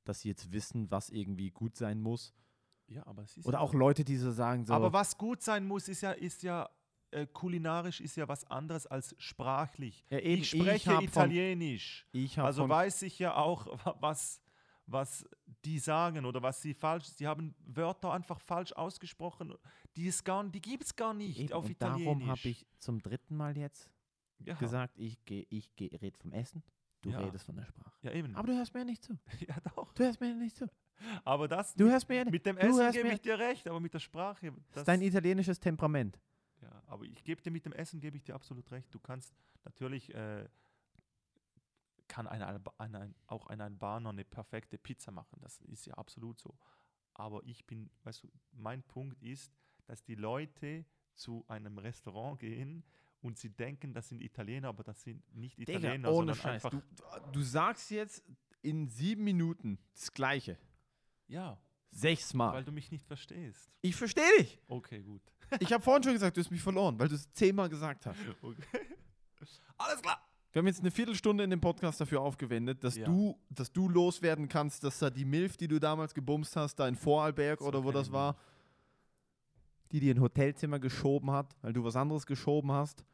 Speaker 1: dass sie jetzt wissen, was irgendwie gut sein muss.
Speaker 2: Ja, aber es ist
Speaker 1: Oder
Speaker 2: ja-
Speaker 1: auch Leute, die so sagen, so.
Speaker 2: Aber was gut sein muss, ist ja, ist ja äh, kulinarisch ist ja was anderes als sprachlich.
Speaker 1: Ja, eben,
Speaker 2: ich spreche
Speaker 1: hab von-
Speaker 2: Italienisch.
Speaker 1: Ich habe
Speaker 2: Also
Speaker 1: von,
Speaker 2: weiß ich ja auch, wa- was, was die sagen oder was sie falsch. Sie haben Wörter einfach falsch ausgesprochen, die es gar, die gibt es gar nicht
Speaker 1: eben,
Speaker 2: auf
Speaker 1: und
Speaker 2: Italienisch.
Speaker 1: darum habe ich zum dritten Mal jetzt
Speaker 2: ja.
Speaker 1: gesagt, ich gehe, ich geh, rede vom Essen, du
Speaker 2: Ja. Hm.
Speaker 1: redest von der Sprache.
Speaker 2: Ja, eben.
Speaker 1: Aber du hörst mir ja nicht zu.
Speaker 2: ja, doch.
Speaker 1: Du hörst mir ja nicht zu.
Speaker 2: Aber das
Speaker 1: Du hörst mir ja nicht
Speaker 2: mit dem
Speaker 1: du
Speaker 2: Essen
Speaker 1: hörst
Speaker 2: gebe
Speaker 1: mir-
Speaker 2: ich dir recht, aber mit der Sprache.
Speaker 1: Das
Speaker 2: das-
Speaker 1: ist dein italienisches Temperament.
Speaker 2: Ja, aber ich gebe dir mit dem Essen gebe ich dir absolut recht. Du kannst natürlich äh, kann ein, Alba, ein, ein auch ein Albaner eine perfekte Pizza machen. Das ist ja absolut so. Aber ich bin, weißt du, mein Punkt ist, dass die Leute zu einem Restaurant gehen und sie denken, das sind Italiener, aber das sind nicht Italiener, sondern einfach
Speaker 1: Du, du sagst jetzt in sieben Minuten das Gleiche.
Speaker 2: ja, weil
Speaker 1: Sechsmal.
Speaker 2: du mich nicht verstehst.
Speaker 1: Ich verstehe dich.
Speaker 2: Okay, gut.
Speaker 1: Ich habe vorhin schon gesagt, du hast mich verloren, weil du es zehnmal gesagt hast.
Speaker 2: Okay. Alles klar.
Speaker 1: Wir haben jetzt eine Viertelstunde in dem Podcast dafür aufgewendet, dass,
Speaker 2: Ja.
Speaker 1: du, dass du loswerden kannst, dass da die Milf, die du damals gebumst hast, da in Vorarlberg
Speaker 2: Das war
Speaker 1: oder wo
Speaker 2: keine
Speaker 1: das war, die dir ein Hotelzimmer geschoben hat, weil du was anderes geschoben hast.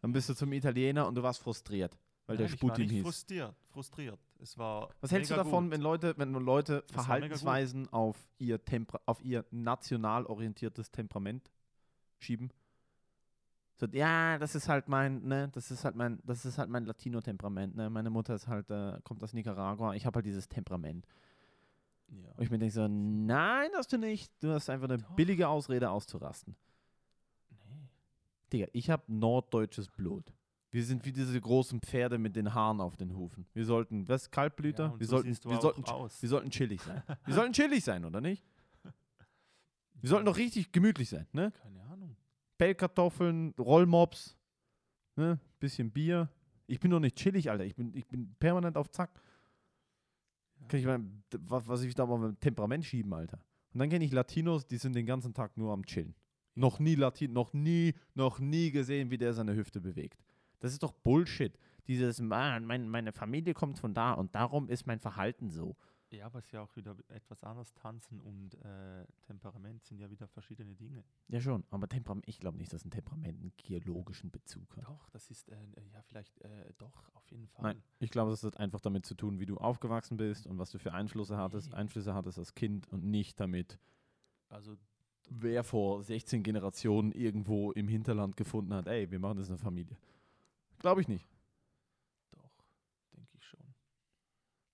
Speaker 1: Dann bist du zum Italiener und du warst frustriert, weil der
Speaker 2: Nein, ich war
Speaker 1: Sputin
Speaker 2: nicht
Speaker 1: hieß.
Speaker 2: frustriert, frustriert. Es war
Speaker 1: Was hältst du
Speaker 2: mega
Speaker 1: davon,
Speaker 2: gut.
Speaker 1: wenn Leute, wenn Leute
Speaker 2: war mega gut.
Speaker 1: Verhaltensweisen auf ihr, Temper auf ihr national orientiertes Temperament schieben? So, ja, das ist halt mein, ne, das ist halt mein, das ist halt mein Latino-Temperament, ne? Meine Mutter ist halt, äh, kommt aus Nicaragua, ich habe halt dieses Temperament.
Speaker 2: Ja.
Speaker 1: Und ich mir denke so, nein, hast du nicht. Du hast einfach eine
Speaker 2: Doch.
Speaker 1: billige Ausrede auszurasten.
Speaker 2: Nee.
Speaker 1: Digga, ich habe norddeutsches Blut. Wir sind wie diese großen Pferde mit den Haaren auf den Hufen. Wir sollten, was, Kaltblüter?
Speaker 2: Ja, und
Speaker 1: wir
Speaker 2: so
Speaker 1: sollten,
Speaker 2: siehst du
Speaker 1: wir
Speaker 2: auch
Speaker 1: sollten,
Speaker 2: aus.
Speaker 1: Wir sollten chillig sein. Wir sollten chillig sein, oder nicht? Wir sollten doch richtig gemütlich sein, ne?
Speaker 2: Keine Ahnung.
Speaker 1: Pellkartoffeln, Rollmops, ne? Bisschen Bier. Ich bin doch nicht chillig, Alter. Ich bin, ich bin permanent auf Zack. Kann ich mein, d- was, was ich da mal mit dem Temperament schieben, Alter. Und dann kenne ich Latinos, die sind den ganzen Tag nur am Chillen. Noch nie Latin, noch nie, noch nie gesehen, wie der seine Hüfte bewegt. Das ist doch Bullshit. Dieses, "Ah, mein, meine Familie kommt von da und darum ist mein Verhalten so.
Speaker 2: Ja, aber es ist ja auch wieder etwas anderes. Tanzen und äh, Temperament sind ja wieder verschiedene Dinge.
Speaker 1: Ja, schon. Aber Temperament, ich glaube nicht, dass ein Temperament einen geologischen Bezug hat.
Speaker 2: Doch, das ist, äh, äh, ja, vielleicht äh, doch, auf jeden Fall.
Speaker 1: Nein, ich glaube, das hat einfach damit zu tun, wie du aufgewachsen bist und was du für Einflüsse hattest,
Speaker 2: Nee.
Speaker 1: Einflüsse hattest als Kind und nicht damit,
Speaker 2: Also,
Speaker 1: wer vor 16 Generationen irgendwo im Hinterland gefunden hat, ey, wir machen das in der Familie. Glaube ich nicht.
Speaker 2: doch, denke ich schon.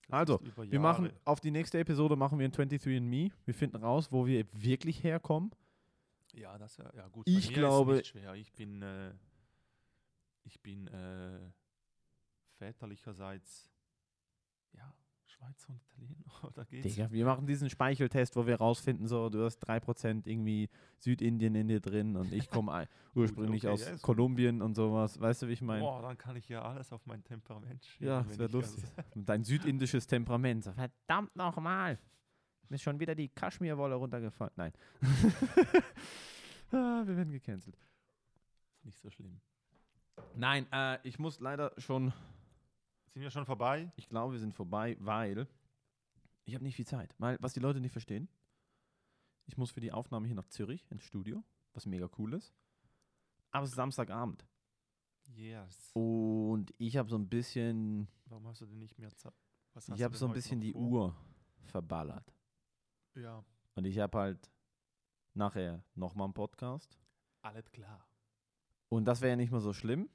Speaker 1: Also,
Speaker 2: ist über
Speaker 1: Wir machen
Speaker 2: Jahre.
Speaker 1: auf die nächste Episode machen wir ein 23andMe. Wir finden raus, wo wir wirklich herkommen.
Speaker 2: Ja, das wär, ja gut. bei
Speaker 1: Ich
Speaker 2: mir
Speaker 1: glaube-
Speaker 2: Ist nicht schwer. Ich bin, äh, ich bin äh, väterlicherseits, ja, Schweizer und Italiener. Oder geht's?
Speaker 1: Digga, wir machen diesen Speicheltest, wo wir rausfinden, so, du hast 3% irgendwie Südindien in dir drin und ich komme ursprünglich
Speaker 2: okay,
Speaker 1: aus
Speaker 2: ja, ist gut.
Speaker 1: Kolumbien und sowas. Weißt du, wie ich meine?
Speaker 2: Boah, dann kann ich ja alles auf mein Temperament schieben.
Speaker 1: Ja,
Speaker 2: wenn
Speaker 1: das wäre
Speaker 2: ich also als-
Speaker 1: lustig. Und Dein südindisches Temperament. So, Verdammt nochmal. Mir ist schon wieder die Kaschmirwolle runtergefallen. Nein. ah, wir werden gecancelt.
Speaker 2: Ist nicht so schlimm.
Speaker 1: Nein, äh, ich muss leider schon.
Speaker 2: Sind wir schon vorbei?
Speaker 1: Ich glaube, wir sind vorbei, weil ich habe nicht viel Zeit. Weil, was die Leute nicht verstehen, ich muss für die Aufnahme hier nach Zürich ins Studio, was mega cool ist. Aber es ist Samstagabend.
Speaker 2: Yes.
Speaker 1: Oh. Und ich habe so ein bisschen.
Speaker 2: Warum hast du denn nicht mehr Zeit? Was hast
Speaker 1: Ich
Speaker 2: du
Speaker 1: habe
Speaker 2: denn
Speaker 1: so ein
Speaker 2: heute
Speaker 1: bisschen
Speaker 2: noch
Speaker 1: die
Speaker 2: vor?
Speaker 1: Uhr verballert.
Speaker 2: Ja,
Speaker 1: Und ich habe halt nachher nochmal einen Podcast.
Speaker 2: alles klar.
Speaker 1: Und das wäre ja nicht mal so schlimm.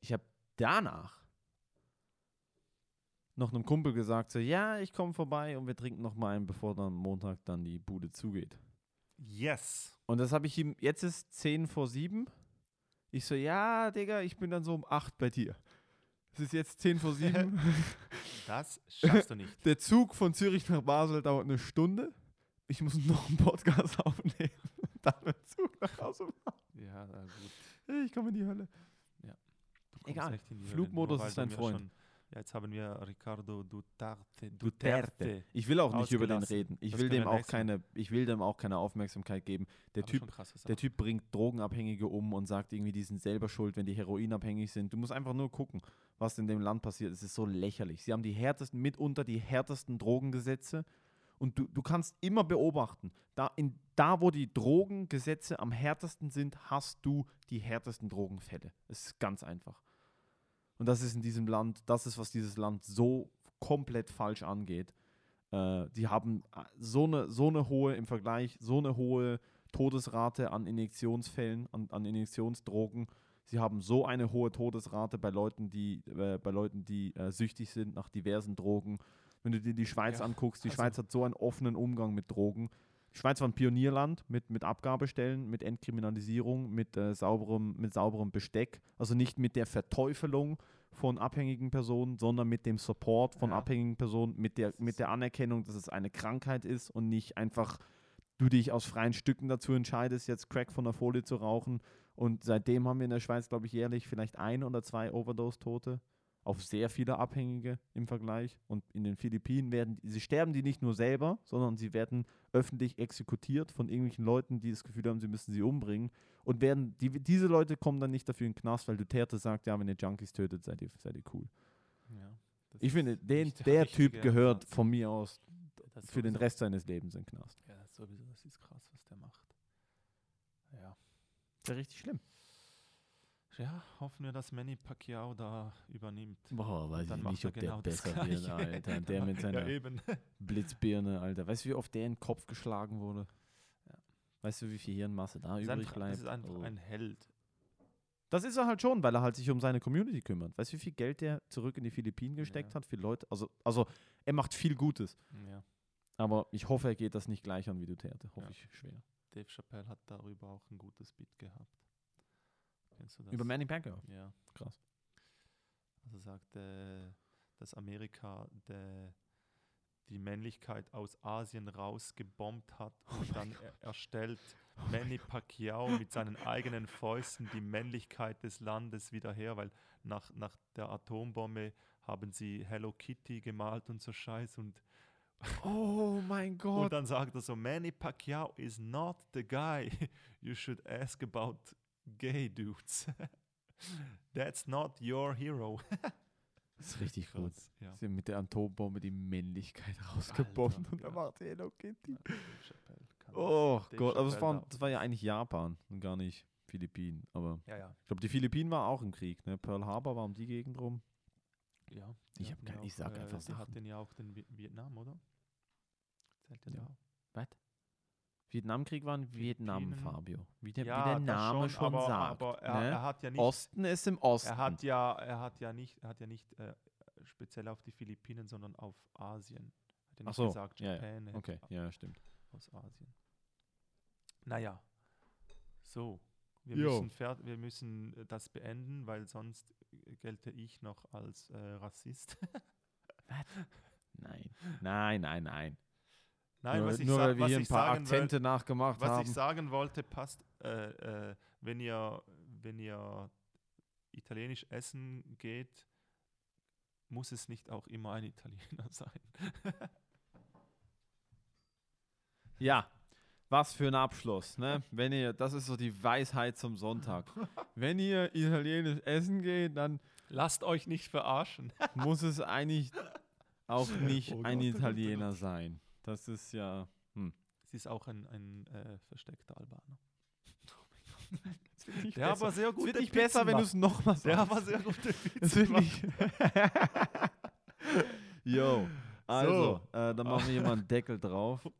Speaker 1: Ich habe danach noch einem Kumpel gesagt, so, ja, ich komme vorbei und wir trinken nochmal einen, bevor dann Montag dann die Bude zugeht.
Speaker 2: Yes.
Speaker 1: Und das habe ich ihm, jetzt ist 10 vor 7. Ich so, ja, Digga, ich bin dann so um 8 bei dir. Es ist jetzt 10 vor 7.
Speaker 2: Das schaffst du nicht.
Speaker 1: Der Zug von Zürich nach Basel dauert eine Stunde. Ich muss noch einen Podcast aufnehmen. Dann den Zug nach Hause.
Speaker 2: Ja, na gut.
Speaker 1: Ich komme in die Hölle.
Speaker 2: Du kommst
Speaker 1: Egal.
Speaker 2: echt in die Hölle,
Speaker 1: Flugmodus
Speaker 2: nur weil
Speaker 1: ist dein
Speaker 2: du mir
Speaker 1: Freund.
Speaker 2: Schon, ja, jetzt haben wir Ricardo Duterte.
Speaker 1: Duterte. Ich will auch nicht über den
Speaker 2: Ausgelassen.
Speaker 1: reden. Ich
Speaker 2: Das
Speaker 1: will
Speaker 2: können
Speaker 1: dem
Speaker 2: wir
Speaker 1: auch
Speaker 2: next Mal.
Speaker 1: keine, ich will dem auch keine Aufmerksamkeit geben. Der
Speaker 2: Aber
Speaker 1: Typ,
Speaker 2: schon krasse Sache.
Speaker 1: der Typ bringt Drogenabhängige um und sagt irgendwie, die sind selber schuld, wenn die heroinabhängig sind. Du musst einfach nur gucken, was in dem Land passiert. Es ist so lächerlich. Sie haben die härtesten, mitunter die härtesten Drogengesetze. Und du, du kannst immer beobachten, da, in, da wo die Drogengesetze am härtesten sind, hast du die härtesten Drogenfälle. Es ist ganz einfach. Und das ist in diesem Land, das ist, was dieses Land so komplett falsch angeht. Äh, die haben äh, so eine, so eine hohe, im Vergleich, so eine hohe Todesrate an Injektionsfällen, an, an Injektionsdrogen. Sie haben so eine hohe Todesrate bei Leuten, die, äh, bei Leuten, die äh, süchtig sind nach diversen Drogen. Wenn du dir die Schweiz
Speaker 2: Ja,
Speaker 1: anguckst, die
Speaker 2: also-
Speaker 1: Schweiz hat so einen offenen Umgang mit Drogen. Die Schweiz war ein Pionierland mit, mit Abgabestellen, mit Entkriminalisierung, mit, äh, sauberem, mit sauberem Besteck. Also nicht mit der Verteufelung von abhängigen Personen, sondern mit dem Support von
Speaker 2: Ja.
Speaker 1: abhängigen Personen, mit der,
Speaker 2: Das
Speaker 1: mit
Speaker 2: ist-
Speaker 1: der Anerkennung, dass es eine Krankheit ist und nicht einfach du dich aus freien Stücken dazu entscheidest, jetzt Crack von der Folie zu rauchen. Und seitdem haben wir in der Schweiz, glaube ich, jährlich vielleicht ein oder zwei Overdose-Tote auf sehr viele Abhängige im Vergleich. Und in den Philippinen werden, sie sterben die nicht nur selber, sondern sie werden öffentlich exekutiert von irgendwelchen Leuten, die das Gefühl haben, sie müssen sie umbringen. Und werden, die, diese Leute kommen dann nicht dafür in den Knast, weil Duterte sagt, ja, wenn ihr Junkies tötet, seid ihr, seid ihr cool.
Speaker 2: Ja, das
Speaker 1: Ich
Speaker 2: ist
Speaker 1: finde, den,
Speaker 2: nicht
Speaker 1: der Typ
Speaker 2: richtige
Speaker 1: gehört
Speaker 2: Ansatz.
Speaker 1: von mir aus
Speaker 2: Das
Speaker 1: für den
Speaker 2: sowieso.
Speaker 1: Rest seines Lebens in den Knast.
Speaker 2: Ja, das sowieso, das ist krass, was der macht. Ja.
Speaker 1: Wäre richtig schlimm.
Speaker 2: Ja, hoffen wir, dass Manny Pacquiao da übernimmt.
Speaker 1: Boah, weiß
Speaker 2: Dann
Speaker 1: ich
Speaker 2: macht
Speaker 1: Also nicht,
Speaker 2: er
Speaker 1: ob
Speaker 2: genau
Speaker 1: der
Speaker 2: das
Speaker 1: besser wird,
Speaker 2: Gleiche.
Speaker 1: Alter.
Speaker 2: Genau,
Speaker 1: Der mit
Speaker 2: Ja,
Speaker 1: seiner
Speaker 2: eben.
Speaker 1: Blitzbirne, Alter. Weißt du, wie oft der in den Kopf geschlagen wurde?
Speaker 2: Ja.
Speaker 1: Weißt du, wie viel Hirnmasse da
Speaker 2: Das ist ein
Speaker 1: übrig
Speaker 2: Tra-
Speaker 1: bleibt?
Speaker 2: Das ist einfach
Speaker 1: Oh.
Speaker 2: ein Held.
Speaker 1: Das ist er halt schon, weil er halt sich um seine Community kümmert. Weißt du, wie viel Geld der zurück in die Philippinen gesteckt
Speaker 2: Ja.
Speaker 1: hat? Viele Leute, also, also er macht viel Gutes.
Speaker 2: Ja.
Speaker 1: Aber ich hoffe, er geht das nicht gleich an wie Duterte. Hoffe
Speaker 2: Ja.
Speaker 1: ich schwer.
Speaker 2: Dave Chappelle hat darüber auch ein gutes Beat gehabt. Kennst du das?
Speaker 1: Über Manny Pacquiao.
Speaker 2: Ja.
Speaker 1: Krass.
Speaker 2: Also sagt, äh, dass Amerika de, die Männlichkeit aus Asien rausgebombt hat und dann er, erstellt Manny Pacquiao mit seinen eigenen Fäusten die Männlichkeit des Landes wieder her, weil nach, nach der Atombombe haben sie Hello Kitty gemalt und so Scheiß und
Speaker 1: Oh mein
Speaker 2: Und
Speaker 1: Gott.
Speaker 2: dann sagt er so, Manny Pacquiao is not the guy you should ask about gay dudes. That's not your hero.
Speaker 1: Das ist richtig gut.
Speaker 2: Krass, ja.
Speaker 1: Sie haben mit der Atombombe die Männlichkeit rausgebombt und
Speaker 2: ja.
Speaker 1: da macht die Hello Kitty.
Speaker 2: Dave Chappelle kann
Speaker 1: Oh
Speaker 2: das. Dave
Speaker 1: Gott, aber es
Speaker 2: Chappelle
Speaker 1: war,
Speaker 2: darf
Speaker 1: das war ja eigentlich Japan und gar nicht Philippinen. Aber
Speaker 2: das. Ja, ja.
Speaker 1: ich glaube, die Philippinen war auch im Krieg. Ne? Pearl Harbor war um die Gegend rum.
Speaker 2: ja
Speaker 1: Ich hab kein- ich sag einfach
Speaker 2: Sie
Speaker 1: Sachen.
Speaker 2: hatten ja auch den Vi Vietnam, oder? Zählt der
Speaker 1: Ja.
Speaker 2: da auch?
Speaker 1: Vietnamkrieg war in Vietnam,
Speaker 2: Philippinen.
Speaker 1: Fabio. Wie der, wie
Speaker 2: Ja,
Speaker 1: der
Speaker 2: das
Speaker 1: Name schon,
Speaker 2: aber,
Speaker 1: sagt.
Speaker 2: Aber er,
Speaker 1: ne?
Speaker 2: er hat ja nicht.
Speaker 1: Osten ist im Osten.
Speaker 2: Er hat ja, er hat ja nicht, er hat ja nicht äh, speziell auf die Philippinen, sondern auf Asien. Hat er
Speaker 1: Ach
Speaker 2: nicht
Speaker 1: so,
Speaker 2: gesagt,
Speaker 1: ja, ja,
Speaker 2: Japan ne? hätte
Speaker 1: okay, ja, stimmt.
Speaker 2: aus Asien. Naja, so. Wir
Speaker 1: Jo.
Speaker 2: müssen, fer- wir müssen äh, das beenden, weil sonst äh, gelte ich noch als äh, Rassist.
Speaker 1: Nein, nein, nein, nein.
Speaker 2: Nein,
Speaker 1: nur
Speaker 2: was ich,
Speaker 1: nur
Speaker 2: sa-
Speaker 1: weil wir
Speaker 2: was
Speaker 1: hier ein
Speaker 2: ich
Speaker 1: paar
Speaker 2: sagen will,
Speaker 1: Akzente nachgemacht
Speaker 2: was
Speaker 1: haben.
Speaker 2: ich sagen wollte, passt, äh, äh, wenn, ihr, wenn ihr italienisch essen geht, muss es nicht auch immer ein Italiener sein.
Speaker 1: Ja, was für ein Abschluss, ne? Wenn ihr, das ist so die Weisheit zum Sonntag. Wenn ihr italienisch essen geht, dann
Speaker 2: Lasst euch nicht verarschen.
Speaker 1: muss es eigentlich auch nicht
Speaker 2: Oh
Speaker 1: ein
Speaker 2: Gott, oh Gott, oh
Speaker 1: Italiener sein. Das ist ja.
Speaker 2: Es ist auch ein, ein äh, versteckter Albaner.
Speaker 1: Nicht
Speaker 2: Der aber sehr
Speaker 1: es
Speaker 2: gut.
Speaker 1: wird nicht besser, wenn du es nochmal sagst.
Speaker 2: Der aber sehr gute
Speaker 1: es wird nicht. Yo. Also, äh, dann machen wir hier mal einen Deckel drauf.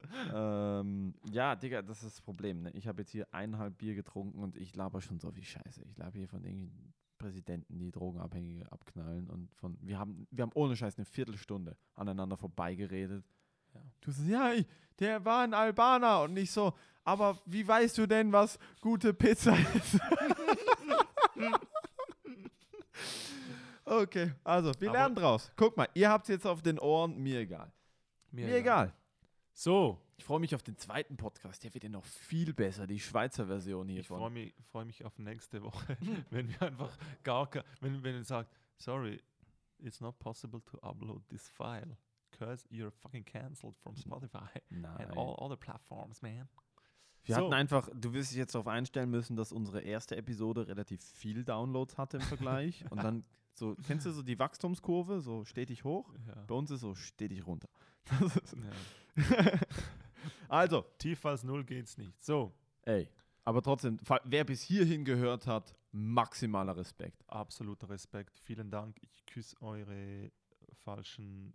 Speaker 2: Oh Gott.
Speaker 1: ähm, ja, Digga, das ist das Problem. Ne? Ich habe jetzt hier eineinhalb Bier getrunken und ich laber schon so viel Scheiße. Ich laber hier von irgendwelchen Präsidenten, die Drogenabhängige abknallen und von. Wir haben, wir haben ohne Scheiß eine Viertelstunde aneinander vorbeigeredet.
Speaker 2: Ja.
Speaker 1: Du sagst, ja, ich, der war ein Albaner und nicht so. Aber wie weißt du denn, was gute Pizza ist? okay, also, wir
Speaker 2: Aber-
Speaker 1: lernen draus. Guck mal, ihr habt es jetzt auf den Ohren, mir egal. Mir egal.
Speaker 2: So.
Speaker 1: Ich freue mich auf den zweiten Podcast. Der wird ja noch viel besser, die Schweizer Version
Speaker 2: Ich freue
Speaker 1: hiervon.
Speaker 2: mich, freu mich auf nächste Woche, wenn wir einfach gar ke- wenn wenn ihr sagt, sorry, it's not possible to upload this file, cause you're fucking cancelled from Spotify and all
Speaker 1: Nein.
Speaker 2: other platforms, man.
Speaker 1: Wir
Speaker 2: So.
Speaker 1: hatten einfach, du wirst dich jetzt darauf einstellen müssen, dass unsere erste Episode relativ viel Downloads hatte im Vergleich. Und dann, so, kennst du so die Wachstumskurve, so stetig hoch?
Speaker 2: Ja.
Speaker 1: Bei uns ist so stetig runter. Das ist
Speaker 2: Ja.
Speaker 1: also,
Speaker 2: Tiefer als null geht's nicht. So,
Speaker 1: ey, aber trotzdem, fa- wer bis hierhin gehört hat, maximaler Respekt.
Speaker 2: absoluter Respekt. Vielen Dank. Ich küsse eure falschen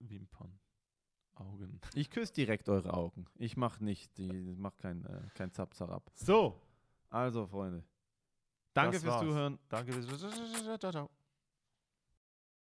Speaker 2: Wimpern, Augen.
Speaker 1: Ich küsse direkt eure Augen. Ich mach nicht, die mach kein, äh, kein Zap-Zarab.
Speaker 2: So,
Speaker 1: Also, Freunde, danke
Speaker 2: Das
Speaker 1: fürs
Speaker 2: war's.
Speaker 1: Zuhören.
Speaker 2: danke. bis- Ciao, ciao.